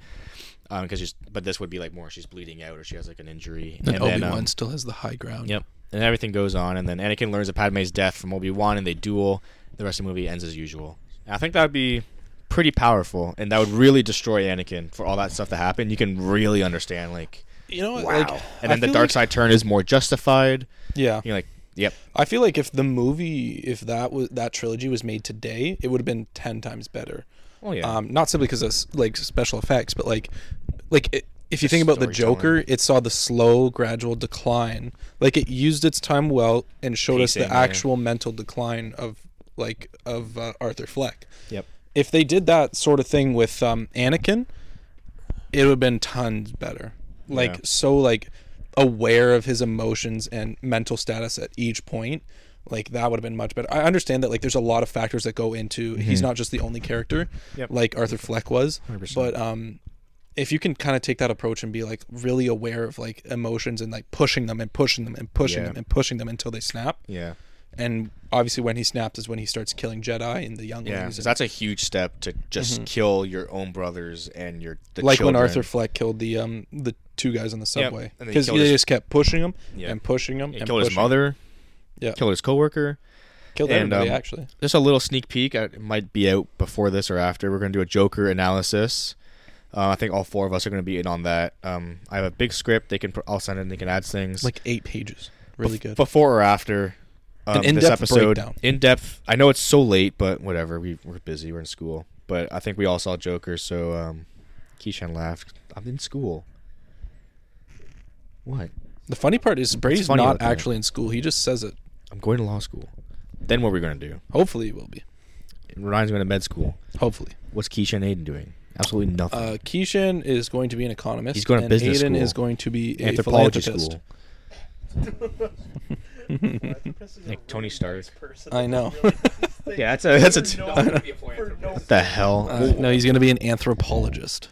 Speaker 4: Um, cause she's, but this would be like more she's bleeding out or she has like an injury.
Speaker 3: and,
Speaker 4: then,
Speaker 3: obi-wan
Speaker 4: um,
Speaker 3: still has the high ground
Speaker 4: Yep. And everything goes on, and then Anakin learns of Padme's death from Obi Wan, and they duel. The rest of the movie ends as usual. And I think that would be pretty powerful, and that would really destroy Anakin for all that stuff to happen. You can really understand, like,
Speaker 3: you know what, like,
Speaker 4: and
Speaker 3: I
Speaker 4: then the
Speaker 3: feel
Speaker 4: dark
Speaker 3: like-
Speaker 4: side turn is more justified.
Speaker 3: yeah
Speaker 4: You're like, yep,
Speaker 3: i feel like if the movie if that was that trilogy was made today it would have been 10 times better
Speaker 4: oh yeah,
Speaker 3: um, not simply because of s- like special effects, but like like it, if you think about the
Speaker 4: storytelling.
Speaker 3: Joker, it saw the slow, gradual decline. Like it used its time well and showed us
Speaker 4: Pacing,
Speaker 3: the
Speaker 4: yeah.
Speaker 3: actual mental decline of like of uh, Arthur Fleck.
Speaker 4: yep.
Speaker 3: If they did that sort of thing with um, Anakin, it would have been tons better. Like
Speaker 4: Yeah.
Speaker 3: so, like aware of his emotions and mental status at each point. Like that would have been much better. I understand that like there's a lot of factors that go into. He's not just the only character,
Speaker 4: Mm-hmm. Yep.
Speaker 3: like Arthur Fleck was. But um, if you can kind of take that approach and be like really aware of like emotions and like pushing them and pushing them and pushing
Speaker 4: Yeah.
Speaker 3: them and pushing them until they snap.
Speaker 4: Yeah,
Speaker 3: And obviously, when he snaps is when he starts killing Jedi and the younglings.
Speaker 4: yeah.
Speaker 3: and-
Speaker 4: 'cause that's a huge step to just kill your own brothers and your the
Speaker 3: Mm-hmm. like when
Speaker 4: children.
Speaker 3: Arthur Fleck killed the um the two guys on the subway
Speaker 4: and then he
Speaker 3: because
Speaker 4: killed
Speaker 3: they
Speaker 4: his-
Speaker 3: just kept pushing him
Speaker 4: Yeah.
Speaker 3: and pushing him
Speaker 4: He
Speaker 3: and
Speaker 4: killed his
Speaker 3: pushing 'em.
Speaker 4: mother.
Speaker 3: Yeah.
Speaker 4: killed his coworker.
Speaker 3: killed
Speaker 4: And,
Speaker 3: everybody
Speaker 4: um,
Speaker 3: actually
Speaker 4: just a little sneak peek. uh, It might be out before this or after. We're going to do a Joker analysis. Uh, I think all four of us are going to be in on that. Um, I have a big script. They can. pr- I'll send it. and They can add things
Speaker 3: like eight pages really good
Speaker 4: before or after um,
Speaker 3: An
Speaker 4: this
Speaker 3: in-depth
Speaker 4: episode.
Speaker 3: breakdown.
Speaker 4: In depth. I know it's so late, but whatever. We we're busy. We're in school, but I think we all saw Joker. So um, Keyshawn laughed. I'm in school. What?
Speaker 3: The funny part is Brady's
Speaker 4: funny
Speaker 3: not
Speaker 4: about that.
Speaker 3: actually in school. He just says it.
Speaker 4: I'm going to law school. Then what are we going to do?
Speaker 3: Hopefully he will be.
Speaker 4: Ryan's going to med school.
Speaker 3: Hopefully.
Speaker 4: What's Keyshawn Aiden doing? Absolutely nothing.
Speaker 3: Uh, Keishan is going to be an economist.
Speaker 4: He's going to
Speaker 3: and
Speaker 4: business
Speaker 3: Aiden
Speaker 4: school.
Speaker 3: is going to be a
Speaker 4: Anthropology
Speaker 3: philanthropist.
Speaker 4: school.
Speaker 6: Philanthropist is a
Speaker 4: Like Tony
Speaker 6: nice
Speaker 4: Stark.
Speaker 6: person.
Speaker 3: I
Speaker 4: (laughs)
Speaker 3: know.
Speaker 4: Yeah, that's a that's a.
Speaker 6: No,
Speaker 4: (laughs) what
Speaker 6: for no-
Speaker 4: the hell?
Speaker 3: Uh, no, he's going to be an anthropologist.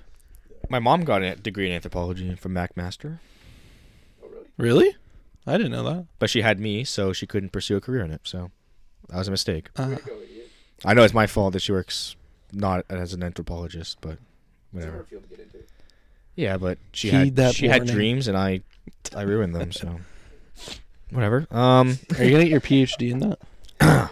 Speaker 4: My mom got a degree in anthropology from McMaster,
Speaker 3: Really? I didn't know that.
Speaker 4: but she had me, so she couldn't pursue a career in it. So that was a mistake.
Speaker 3: Uh,
Speaker 5: Go, idiot.
Speaker 4: I know it's my fault that she works not as an anthropologist, but
Speaker 5: It's a hard
Speaker 4: whatever.
Speaker 5: field to get into.
Speaker 4: Yeah, but she
Speaker 3: Heed
Speaker 4: had
Speaker 3: that
Speaker 4: she had
Speaker 3: warning.
Speaker 4: dreams,
Speaker 3: (laughs)
Speaker 4: and I I ruined them. So whatever. Um,
Speaker 3: are you going to get your PhD in that?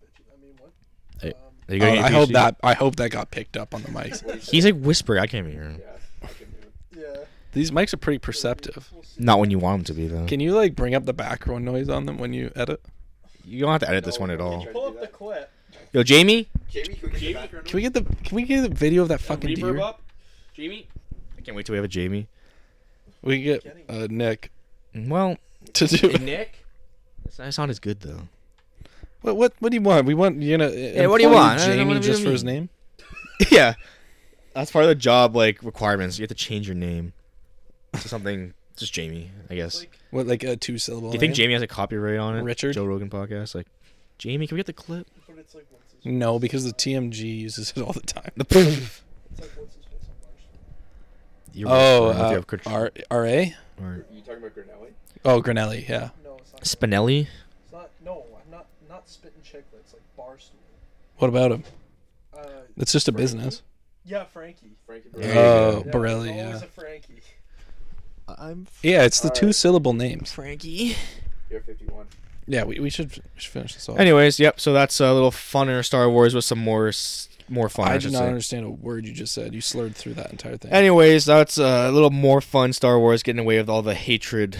Speaker 4: are you
Speaker 3: Oh,
Speaker 4: gonna get
Speaker 3: I
Speaker 4: a
Speaker 3: hope
Speaker 4: PhD?
Speaker 3: that I hope that got picked up on the mics.
Speaker 4: he's like whispering. I can't hear him.
Speaker 5: Yeah, I couldn't do it.
Speaker 6: Yeah.
Speaker 3: These mics are pretty perceptive.
Speaker 4: Not when you want him to be though.
Speaker 3: Can you like bring up the background noise on them when you edit?
Speaker 4: you don't have to edit this one at
Speaker 5: No,
Speaker 4: all.
Speaker 5: we're
Speaker 6: Pull
Speaker 5: gonna
Speaker 6: up the clip.
Speaker 4: Yo, Jamie.
Speaker 5: Jamie, can we get the background
Speaker 3: Can we get the Can we get the video of that fucking
Speaker 9: Reverb
Speaker 3: deer?
Speaker 9: up. Jamie?
Speaker 4: I can't wait till we have a Jamie.
Speaker 3: We can get uh, Nick
Speaker 4: Well,
Speaker 3: to do.
Speaker 9: Hey, Nick?
Speaker 4: it's it's not as good though.
Speaker 3: (laughs) What what what do you want? We want you know. Yeah,
Speaker 4: what do you want? I don't know
Speaker 3: Jamie
Speaker 4: what you
Speaker 3: just for his
Speaker 4: mean.
Speaker 3: name.
Speaker 4: (laughs) yeah, that's part of the job like requirements. You have to change your name to something just Jamie, I guess.
Speaker 3: What like a two syllable?
Speaker 4: Do you think Jamie has a copyright on it?
Speaker 3: Richard?
Speaker 4: Joe Rogan podcast, like Jamie. Can we get the (laughs) clip?
Speaker 6: But it's like what's his,
Speaker 3: No, because the TMG uses it all the time.
Speaker 6: it's like what's his face on Mars.
Speaker 4: You're
Speaker 3: Oh,
Speaker 4: right,
Speaker 3: uh,
Speaker 4: with your-
Speaker 3: R R A.
Speaker 4: or
Speaker 5: You talking about Granelli?
Speaker 3: Oh, Granelli. Yeah.
Speaker 6: No, it's not.
Speaker 4: Spinelli.
Speaker 6: it's not. No, I'm not. Not spitting chicklets like barstool.
Speaker 3: What about him?
Speaker 6: Uh,
Speaker 3: It's just a business.
Speaker 6: yeah, Frankie.
Speaker 5: Frankie
Speaker 4: There
Speaker 5: Barrera.
Speaker 4: you
Speaker 3: Oh,
Speaker 4: go.
Speaker 6: Yeah,
Speaker 3: Borelli.
Speaker 6: there's
Speaker 3: Yeah.
Speaker 6: Always a Frankie.
Speaker 4: I'm
Speaker 3: Yeah, it's the two syllable names.
Speaker 4: Frankie.
Speaker 5: You're 51.
Speaker 3: Yeah, we, we should we should finish this off.
Speaker 4: Anyways, yep. So that's a little funner Star Wars with some more s- more fun. I
Speaker 3: I do
Speaker 4: should
Speaker 3: not
Speaker 4: say.
Speaker 3: understand a word you just said. You slurred through that entire thing.
Speaker 4: Anyways, that's uh, a little more fun Star Wars getting away with all the hatred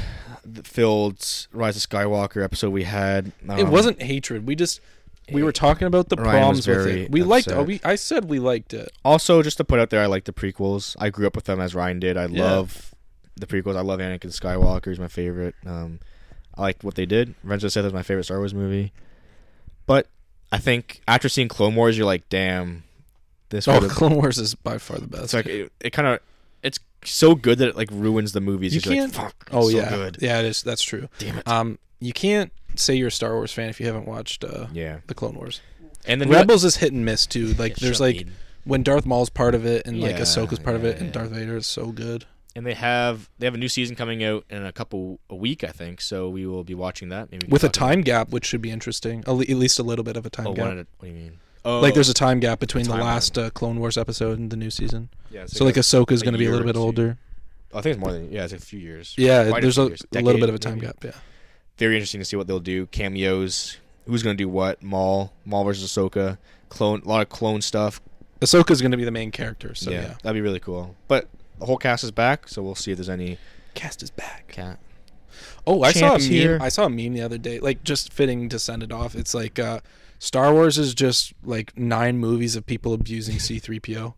Speaker 4: filled Rise of Skywalker episode we had.
Speaker 3: it
Speaker 4: Um,
Speaker 3: wasn't hatred. We just we were talking about the
Speaker 4: Ryan was
Speaker 3: problems with
Speaker 4: very
Speaker 3: it. We liked.
Speaker 4: upset.
Speaker 3: Oh, we I said we liked it.
Speaker 4: Also, just to put out there, I like the prequels. I grew up with them as Ryan did. I
Speaker 3: Yeah.
Speaker 4: love the prequels. I love Anakin Skywalker. He's my favorite. Um, I liked what they did. Revenge of the Sith is my favorite Star Wars movie. But I think after seeing Clone Wars, you're like, damn, this.
Speaker 3: Oh,
Speaker 4: would've-
Speaker 3: (laughs) Clone Wars is by far the
Speaker 4: (laughs) it's
Speaker 3: best.
Speaker 4: like it, it kind of it's so good that it like ruins the movies.
Speaker 3: you
Speaker 4: You're
Speaker 3: can't.
Speaker 4: just Like, Fuck.
Speaker 3: oh
Speaker 4: it's so
Speaker 3: yeah,
Speaker 4: Good.
Speaker 3: yeah. It is. That's true.
Speaker 4: Damn it.
Speaker 3: Um, you can't say you're a Star Wars fan if you haven't watched uh
Speaker 4: Yeah.
Speaker 3: the Clone Wars.
Speaker 4: And then
Speaker 3: Rebels is hit and miss too. Like
Speaker 4: Yeah,
Speaker 3: there's
Speaker 4: shut
Speaker 3: like
Speaker 4: up, Aiden.
Speaker 3: when Darth Maul's part of it and like
Speaker 4: Yeah,
Speaker 3: Ahsoka's part of
Speaker 4: yeah,
Speaker 3: it and
Speaker 4: yeah.
Speaker 3: Darth Vader is so good.
Speaker 4: and they have they have a new season coming out in a couple a week, I think. So we will be watching that. Maybe we can
Speaker 3: With a
Speaker 4: talk about-
Speaker 3: time gap, which should be interesting. A le- At least a little bit of a time
Speaker 4: Oh,
Speaker 3: gap.
Speaker 4: one at a, what do you mean? Oh,
Speaker 3: like there's a time gap between the
Speaker 4: timeline.
Speaker 3: last uh, Clone Wars episode and the new season.
Speaker 4: yeah, it's
Speaker 3: So like Ahsoka's
Speaker 4: a
Speaker 3: going to be a
Speaker 4: year
Speaker 3: little
Speaker 4: or
Speaker 3: bit
Speaker 4: two.
Speaker 3: older.
Speaker 4: I think it's more than yeah, it's a few years.
Speaker 3: Yeah,
Speaker 4: Quite
Speaker 3: there's
Speaker 4: few
Speaker 3: a,
Speaker 4: years.
Speaker 3: a little bit of a time
Speaker 4: Decade, maybe.
Speaker 3: gap. Yeah.
Speaker 4: Very interesting to see what they'll do. Cameos, who's gonna do what? Maul, Maul versus Ahsoka. Clone, a lot of clone stuff.
Speaker 3: Ahsoka's going to be the main character. So yeah.
Speaker 4: that'd be really cool. But the whole cast is back, so we'll see if there's any
Speaker 3: Cast is back.
Speaker 4: cat.
Speaker 3: Oh, I saw a
Speaker 4: Champs
Speaker 3: meme.
Speaker 4: here.
Speaker 3: I saw a meme the other day. Like just fitting to send it off. It's like uh, Star Wars is just like nine movies of people abusing
Speaker 4: (laughs)
Speaker 3: C3PO.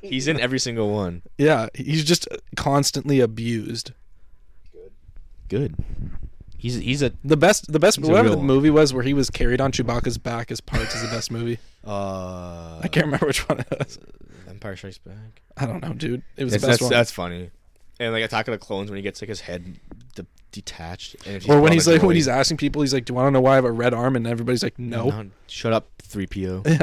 Speaker 4: (laughs) He's in every single one.
Speaker 3: Yeah, he's just constantly abused.
Speaker 4: Good. He's he's a
Speaker 3: The best, the best,
Speaker 4: He's a
Speaker 3: whatever the
Speaker 4: real one.
Speaker 3: movie was where he was carried on Chewbacca's back as parts is the best movie.
Speaker 4: uh
Speaker 3: I can't remember which one it was.
Speaker 4: Empire Strikes Back.
Speaker 3: I don't know, dude. It was
Speaker 4: That's,
Speaker 3: the best
Speaker 4: that's,
Speaker 3: one.
Speaker 4: that's funny. And like Attack of the Clones when he gets like his head de- detached, and if
Speaker 3: or
Speaker 4: put on
Speaker 3: when he's
Speaker 4: a
Speaker 3: like, when
Speaker 4: droid-
Speaker 3: he's asking people, he's like, "Do you want to know why I have a red arm?" And everybody's like, "No."
Speaker 4: No, shut up, three PO.
Speaker 3: (laughs) Yeah.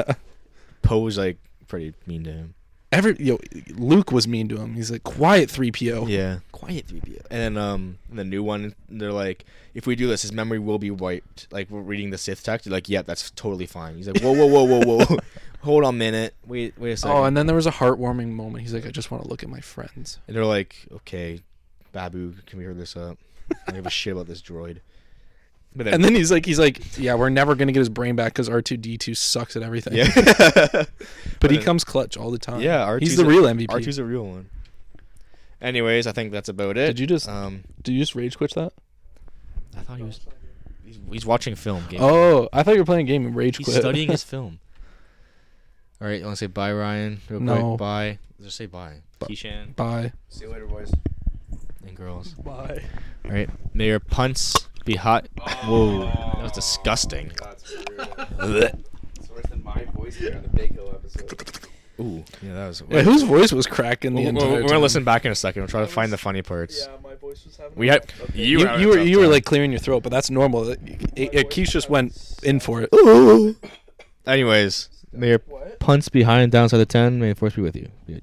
Speaker 4: Poe's like pretty mean to him.
Speaker 3: Every yo, Luke was mean to him. He's like, "Quiet, three PO."
Speaker 4: Yeah, quiet three PO. And then um, the new one, they're like, if we do this, his memory will be wiped. Like we're reading the Sith text, they're like, yeah, that's totally fine. He's like, whoa, whoa, whoa, whoa,
Speaker 3: (laughs)
Speaker 4: whoa, hold on a minute, wait, wait a second.
Speaker 3: Oh, and then there was a heartwarming moment. He's like, "I just want to look at my friends."
Speaker 4: And they're like, okay, Babu, can we hurry this up? I don't give a shit about this droid. But
Speaker 3: And then he's like, "He's like, yeah, we're never gonna get his brain back because R two D two sucks at everything."
Speaker 4: yeah.
Speaker 3: but he
Speaker 4: then-
Speaker 3: comes clutch all the time.
Speaker 4: (laughs) Yeah, R2's
Speaker 3: he's the
Speaker 4: a-
Speaker 3: real MVP.
Speaker 4: R2's a real one. Anyways, I think that's about it.
Speaker 3: Did you just-
Speaker 4: Um,
Speaker 3: Do you just rage quit that?
Speaker 4: I thought he was. He's, he's watching film. Game. (laughs)
Speaker 3: Oh, I thought you were playing a game and rage
Speaker 4: he's
Speaker 3: quit.
Speaker 4: studying his film. All right, you want to say bye, Ryan? Real
Speaker 3: No.
Speaker 4: quick, bye. Just say bye.
Speaker 3: (laughs)
Speaker 4: Keyshan
Speaker 3: Bye.
Speaker 5: See you later, boys.
Speaker 4: and girls.
Speaker 8: Bye.
Speaker 4: All right, may your punts be hot. Whoa, that was disgusting.
Speaker 2: (laughs)
Speaker 5: That's brutal. it's worse than my voice here on the Big Hill episode.
Speaker 4: Ooh, yeah, that was.
Speaker 3: Yeah, whose voice was cracking the
Speaker 4: We're,
Speaker 3: entire
Speaker 4: we're
Speaker 3: time?
Speaker 4: gonna listen back in a second. We'll try to find the funny parts.
Speaker 6: Yeah, my voice was having.
Speaker 4: We
Speaker 6: a
Speaker 4: had
Speaker 6: rough- okay.
Speaker 3: You,
Speaker 4: you, were
Speaker 3: you were you were like clearing your throat, but that's normal. It, it, it, Keith just went in for it. Ooh.
Speaker 4: Anyways, may your
Speaker 6: What?
Speaker 4: punts be high and downside of ten. May the force be with you.